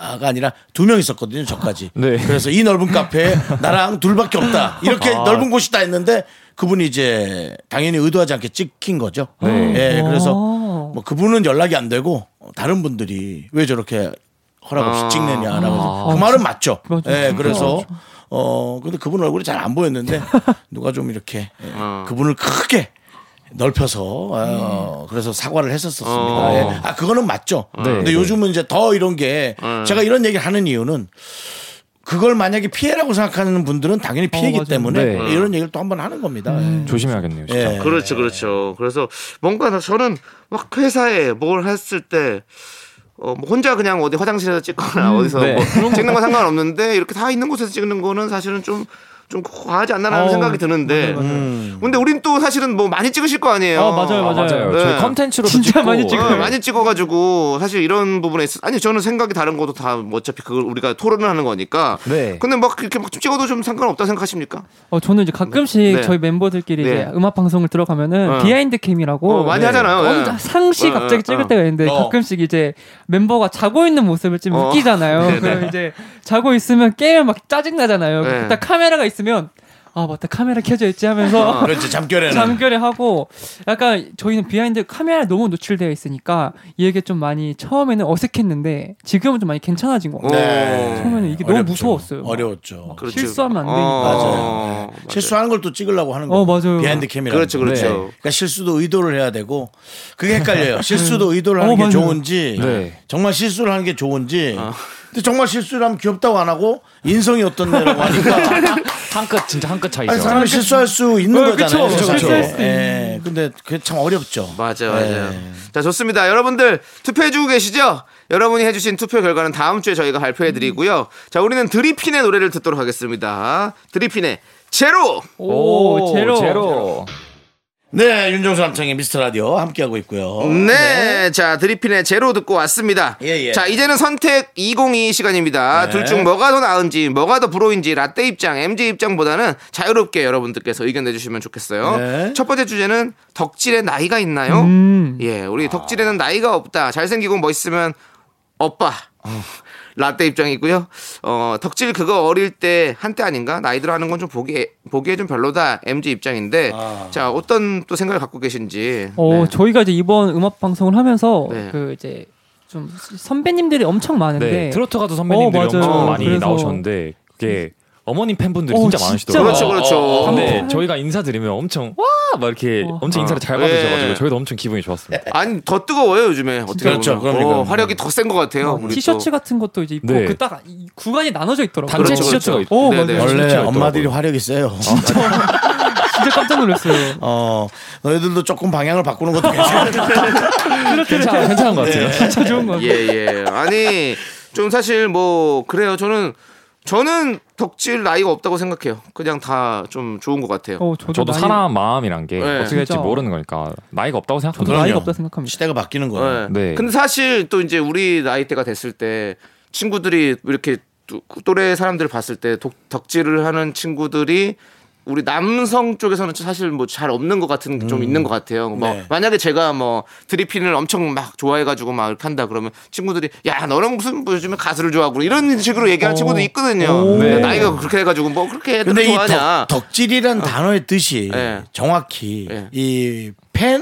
A: 아가 아니라 두 명 있었거든요 저까지
C: 네.
A: 그래서 이 넓은 카페에 나랑 둘밖에 없다 이렇게
C: 아.
A: 넓은 곳이다 했는데 그분이 이제 당연히 의도하지 않게 찍힌 거죠
C: 네.
A: 예 그래서 뭐 그분은 연락이 안 되고 다른 분들이 왜 저렇게 허락
C: 아.
A: 없이 찍느냐라고 해서 그 말은 맞죠.
G: 맞아요.
A: 예, 그래서
G: 맞아요.
A: 어 근데 그분 얼굴이 잘 안 보였는데 누가 좀 이렇게 예,
C: 아.
A: 그분을 크게 넓혀서
G: 네.
A: 어, 그래서 사과를 했었었습니다.
B: 어.
A: 예. 아 그거는 맞죠.
C: 네,
A: 근데
C: 네.
A: 요즘은 이제 더 이런 게
G: 네.
A: 제가 이런 얘기를 하는 이유는 그걸 만약에 피해라고 생각하는 분들은 당연히 피해기
G: 어, 맞아요. 음.
A: 때문에
C: 네.
A: 이런 얘기를 또 한 번 하는 겁니다.
C: 조심해야겠네요.
A: 예.
C: 진짜.
A: 예.
B: 그렇죠, 그렇죠. 그래서 뭔가 나- 저는 막 회사에 뭘 했을 때 어, 뭐 혼자 그냥 어디 화장실에서 찍거나
G: 음,
B: 어디서
C: 네.
B: 뭐 찍는 건 상관없는데 이렇게 다 있는 곳에서 찍는 거는 사실은 좀, 좀 과하지 않나라는
G: 어,
B: 생각이 드는데. 음. 근데 우린 또 사실은 뭐 많이 찍으실 거 아니에요.
G: 어, 맞아요,
C: 아, 맞아요.
B: 네.
C: 저희 컨텐츠로
G: 진짜
C: 찍고
G: 많이 찍어요.
B: 어, 많이 찍어가지고 사실 이런 부분에 있어 아니 저는 생각이 다른 것도 다뭐 어차피 그걸 우리가 토론을 하는 거니까
C: 네.
B: 근데 막 이렇게 막 좀 찍어도 좀 상관없다 생각하십니까?
G: 어, 저는 이제 가끔씩
B: 네.
G: 저희 멤버들끼리
B: 네.
G: 이제 음악 방송을 들어가면은
B: 어.
G: 비하인드 캠이라고
B: 어, 많이 하잖아요. 예.
G: 엄청 상시
B: 어,
G: 갑자기
B: 어,
G: 찍을
B: 어.
G: 때가 있는데
A: 어.
G: 가끔씩 이제 멤버가 자고 있는 모습을 좀
B: 어.
G: 웃기잖아요. 그럼 이제 자고 있으면 게임 막 짜증 나잖아요.
B: 네.
G: 딱 카메라가 있으면 아 맞다 카메라 켜져 있지
B: 어.
G: 하면서
A: 그렇지 그렇죠. 잠결에는
G: 잠결에 하고 약간 저희는 비하인드 카메라에 너무 노출되어 있으니까 이 얘기 좀 많이 처음에는 어색했는데 지금은 좀 많이 괜찮아진 것 같아요.
A: 네.
G: 처음에는 이게 너무
A: 어렵죠.
G: 무서웠어요.
A: 어려웠죠.
B: 그렇죠.
G: 실수하면 안 되니까.
A: 맞아요. 실수하는 걸 또 찍으려고 하는 거.
G: 어, 맞아요.
A: 비하인드 캠이라.
B: 그렇죠, 그렇죠.
A: 그러니까 실수도 의도를 해야 되고 그게 헷갈려요. 실수도 의도를 하는
G: 네. 어,
A: 게
G: 맞아요.
A: 좋은지
C: 네.
A: 정말 실수를 하는 게 좋은지.
B: 어.
A: 근데 정말 실수를 하면 귀엽다고 안 하고 인성이 어떤 데라고 하니까
C: 한 끗 진짜 한 끗 차이죠.
A: 아니, 사람이 실수할 수 있는
G: 어,
A: 거잖아요.
G: 네, 그쵸,
A: 그쵸,
G: 실수할 수
A: 그쵸. 예. 근데 그게 참 어렵죠.
B: 맞아요, 맞아요.
A: 네.
B: 자, 좋습니다. 여러분들 투표해주고 계시죠? 여러분이 해주신 투표 결과는 다음 주에 저희가 발표해드리고요. 자, 우리는 드리핀의 노래를 듣도록 하겠습니다. 드리핀의 제로!
G: 오, 제로.
C: 제로.
A: 네, 윤정수 남창의 미스터 라디오 함께하고 있고요.
B: 네. 자, 드리핀의 제로 듣고 왔습니다.
A: 어, 예, 예.
B: 자, 이제는 선택 2022 시간입니다.
A: 네.
B: 둘 중 뭐가 더 나은지, 뭐가 더 불호인지, 라떼 입장, MG 입장보다는 자유롭게 여러분들께서 의견 내주시면 좋겠어요.
A: 네. 음.
B: 첫 번째 주제는 덕질에 나이가 있나요?
G: 음.
B: 예, 우리
A: 아.
B: 덕질에는 나이가 없다. 잘생기고 멋있으면 오빠.
A: 어.
B: 라떼 입장이고요. 어, 덕질 그거 어릴 때 한때 아닌가? 나이 들어 하는 건 좀 보기 보기에 좀 별로다. MG 입장인데.
A: 아.
B: 자, 어떤 또 생각을 갖고 계신지.
G: 어,
B: 네.
G: 저희가 이제 이번 음악 방송을 하면서
B: 네.
G: 그 이제 좀 선배님들이 엄청 많은데
C: 네. 트로트 가도 선배님들이
G: 어, 맞아요.
C: 엄청 많이
G: 그래서- 음.
C: 나오셨는데 그게 어머님 팬분들이
G: 어,
C: 진짜
G: 진짜
C: 많으시더라고요.
B: 그렇죠, 그렇죠.
A: 네.
C: 근데
G: 어.
C: 저희가 인사드리면 엄청 와! 막 이렇게 엄청 인사를 잘
B: 예.
G: 네.
C: 받으셔가지고 저희도 엄청 기분이 좋았습니다.
B: 아니 더 뜨거워요 요즘에 어떻게
A: 그렇죠,
B: 보면
A: 그럼요,
B: 어,
A: 그럼요.
B: 화력이 더 센 것 같아요. 우리 또.
G: 어, 뭐 티셔츠 같은 것도 이제 입고
C: 네.
G: 그딱 구간이 나눠져 있더라고요.
C: 단체
B: 그렇죠,
C: 티셔츠가
A: 어,
B: 그렇죠.
C: 있고.
G: 오,
B: 네,
G: 맞아요.
B: 네.
A: 원래
C: 진짜
A: 엄마들이 화력이 세요.
G: 진짜 깜짝 놀랐어요.
A: 어, 너희들도 조금 방향을 바꾸는 것도 괜찮은데.
C: 괜찮아, 괜찮은 것 같아요.
G: 그렇죠, 진짜 좋은 거.
B: 예, 예. 아니, 좀 사실 뭐, 그래요. 저는, 저는 덕질 나이가 없다고 생각해요. 그냥 다 좀 좋은 것 같아요.
G: 어, 저도,
C: 저도
G: 나이,
C: 사람 마음이란 게
B: 네.
C: 어떻게 될지
G: 진짜.
C: 모르는 거니까 나이가 없다고
G: 저도
C: 생각합니다.
G: 나이가
A: 그럼요.
G: 없다 생각합니다.
A: 시대가 바뀌는 거예요.
B: 네.
C: 네.
B: 근데 사실 또 이제 우리 나이 때가 됐을 때 친구들이 이렇게 또- 또래 사람들을 봤을 때 독- 덕질을 하는 친구들이 우리 남성 쪽에서는 사실 뭐 잘 없는 것 같은 게 좀 있는 것 같아요. 뭐
A: 음. 네.
B: 만약에 제가 뭐 드리핀을 엄청 막 좋아해가지고 막 이렇게 한다 그러면 친구들이 야 너랑 무슨 뭐 요즘에 가수를 좋아하고 이런 식으로 얘기하는 친구도 있거든요. 근데
C: 네.
B: 나이가 그렇게 해가지고 뭐 그렇게 애들
A: 어. 근데 이
B: 좋아하냐.
A: 덕, 질이란 단어의 뜻이
B: 네.
A: 정확히
B: 네.
A: 이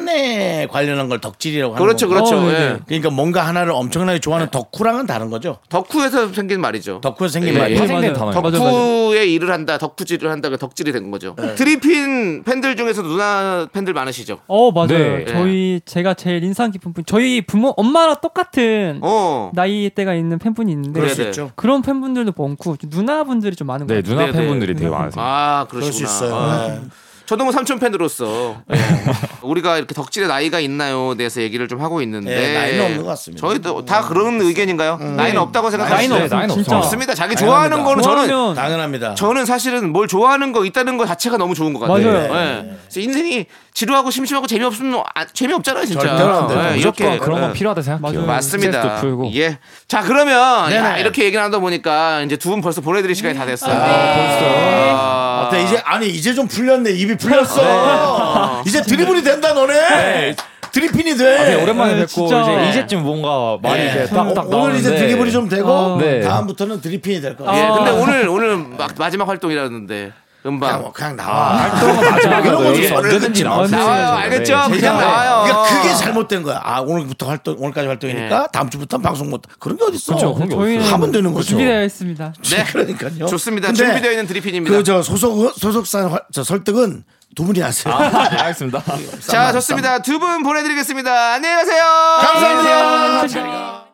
A: 팬에 관련한 걸 덕질이라고 하는
B: 그렇죠, 예.
A: 거고.
B: 그렇죠.
G: 어, 네,
B: 예.
G: 네.
A: 그러니까 뭔가 하나를 엄청나게 좋아하는 덕후랑은 다른 거죠.
B: 덕후에서 생긴 말이죠.
A: 덕후에서 생긴
B: 예,
A: 말이
B: 예.
A: 요
C: 파생된
G: 네, 맞아요.
C: 단어예요.
G: 맞아, 맞아.
B: 덕후의 일을 한다, 덕후질을 한다, 그 덕질이 된 거죠. 드리핀 팬들 중에서 누나 팬들 많으시죠?
G: 어 맞아요.
C: 네.
G: 저희 제가 제일 인상 깊은 분 저희 부모 엄마랑 똑같은
B: 어.
G: 네. 나이대가 있는 팬분이 있는데
B: 그럴
A: 수
B: 네, 네.
A: 있죠.
G: 그런 팬분들도 많고 누나분들이 좀 많은
C: 네,
G: 거예요.
C: 누나
B: 네, 네.
C: 팬분들이 되게 많으세요.
B: 아,
A: 그럴
B: 그러시구나.
A: 수 있어요.
B: 아.
A: 네.
B: 저도 뭐 삼촌 팬으로서 예. 우리가 이렇게 덕질의 나이가 있나요? 대해서 얘기를 좀 하고 있는데
A: 예, 나이는 없는 것 같습니다.
B: 저희도 다 그런 의견인가요? 나이는 없다고 생각하시죠?
C: 네,
G: 나이는
C: 나이는
G: 없으면 진짜
C: 없어요.
B: 없습니다. 자기
A: 당연합니다.
B: 좋아하는 거는 저는
G: 좋아하면
A: 당연합니다.
B: 저는 사실은 뭘 좋아하는 거 있다는 거 자체가 너무 좋은 것 같아요.
G: 맞아요.
B: 예. 그래서 인생이 지루하고 심심하고 재미없으면 아, 재미없잖아요, 진짜.
A: 절대로 안 돼요.
B: 예,
C: 무조건
B: 이렇게
C: 그런 건
B: 예.
C: 필요하다 생각해요.
G: 맞아요.
B: 맞습니다.
C: 스트레스도
G: 네,
C: 풀고.
B: 예. 자 그러면
A: 음, 네네.
B: 야, 이렇게 얘기 나누다 보니까 이제 두 분 벌써 보내드릴 시간이 다 됐어요. 아,
A: 네.
B: 네.
A: 어때, 이제 아니 이제 좀 풀렸네 입이 풀렸어. 이제 드리블이 된다 너네. 드리핀이 돼.
C: 되게 오랜만에
G: 네,
C: 뵙고
G: 진짜.
C: 이제
G: 네.
C: 이제쯤 뭔가 많이
A: 예.
C: 이제 딱딱
A: 오늘
C: 나오는데
A: 이제 드리블이 좀 되고
G: 어.
C: 네.
A: 다음부터는 드리핀이 될 거야.
B: 예.
G: 아.
B: 근데 오늘 오늘 막 마지막 활동이라는데
A: 그냥,
B: 음방
A: 뭐 그냥 나와.
C: 아, 활동은 마지막으로
A: 이런 거지.
C: 여기 언제든지 나올 수
A: 뭐
C: 있어요.
B: 나와요.
C: 네.
B: 알겠죠?
C: 네.
B: 아, 그냥 나와요.
A: 그러니까 그게 잘못된 거야. 아 오늘부터 활동 오늘까지 활동이니까
B: 예.
A: 다음 주부터 는 방송 못. 그런 게 어딨어?
C: 그렇죠, 그쵸, 그런 게
G: 저희는
C: 없어요.
A: 하면 되는 거죠.
G: 준비되어 있습니다.
B: 네.
A: 그러니까요.
B: 좋습니다.
A: 근데
B: 준비되어 있는 드리핀입니다.
A: 그 저 소속 소속사 활- 저 설득은 두 분이 하세요.
B: 아.
C: 알겠습니다.
B: 자 좋습니다. 두 분 보내드리겠습니다. 안녕히 가세요.
A: 감사합니다.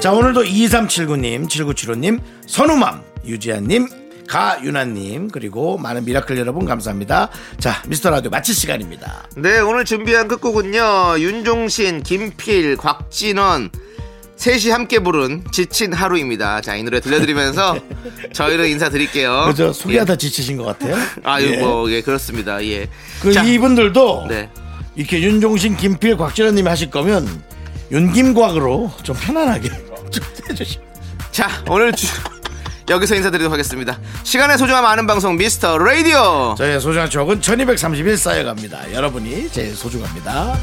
A: 자 오늘도 2379님 7975님 선우맘 유지한님 가윤아님 그리고 많은 미라클 여러분 감사합니다 자 미스터라디오 마칠 시간입니다
B: 네 오늘 준비한 끝곡은요 윤종신, 김필, 곽진원 셋이 함께 부른 지친 하루입니다. 자 이 노래 들려드리면서 저희는 인사드릴게요.
A: 그저 소개하다 지치신 것 같아요
B: 아
A: 예.
B: 이거 뭐, 예 그렇습니다. 예.
A: 그
B: 자,
A: 이분들도
B: 네.
A: 이렇게 윤종신 김필 곽진원님이 하실 거면 윤김곽으로 좀 편안하게 좀 해주시면
B: 자 오늘 주- 여기서 인사드리도록 하겠습니다. 시간의 소중함 아는 방송 미스터 라디오.
A: 저의 소중한 추억은 1231 쌓여갑니다 여러분이 제일 소중합니다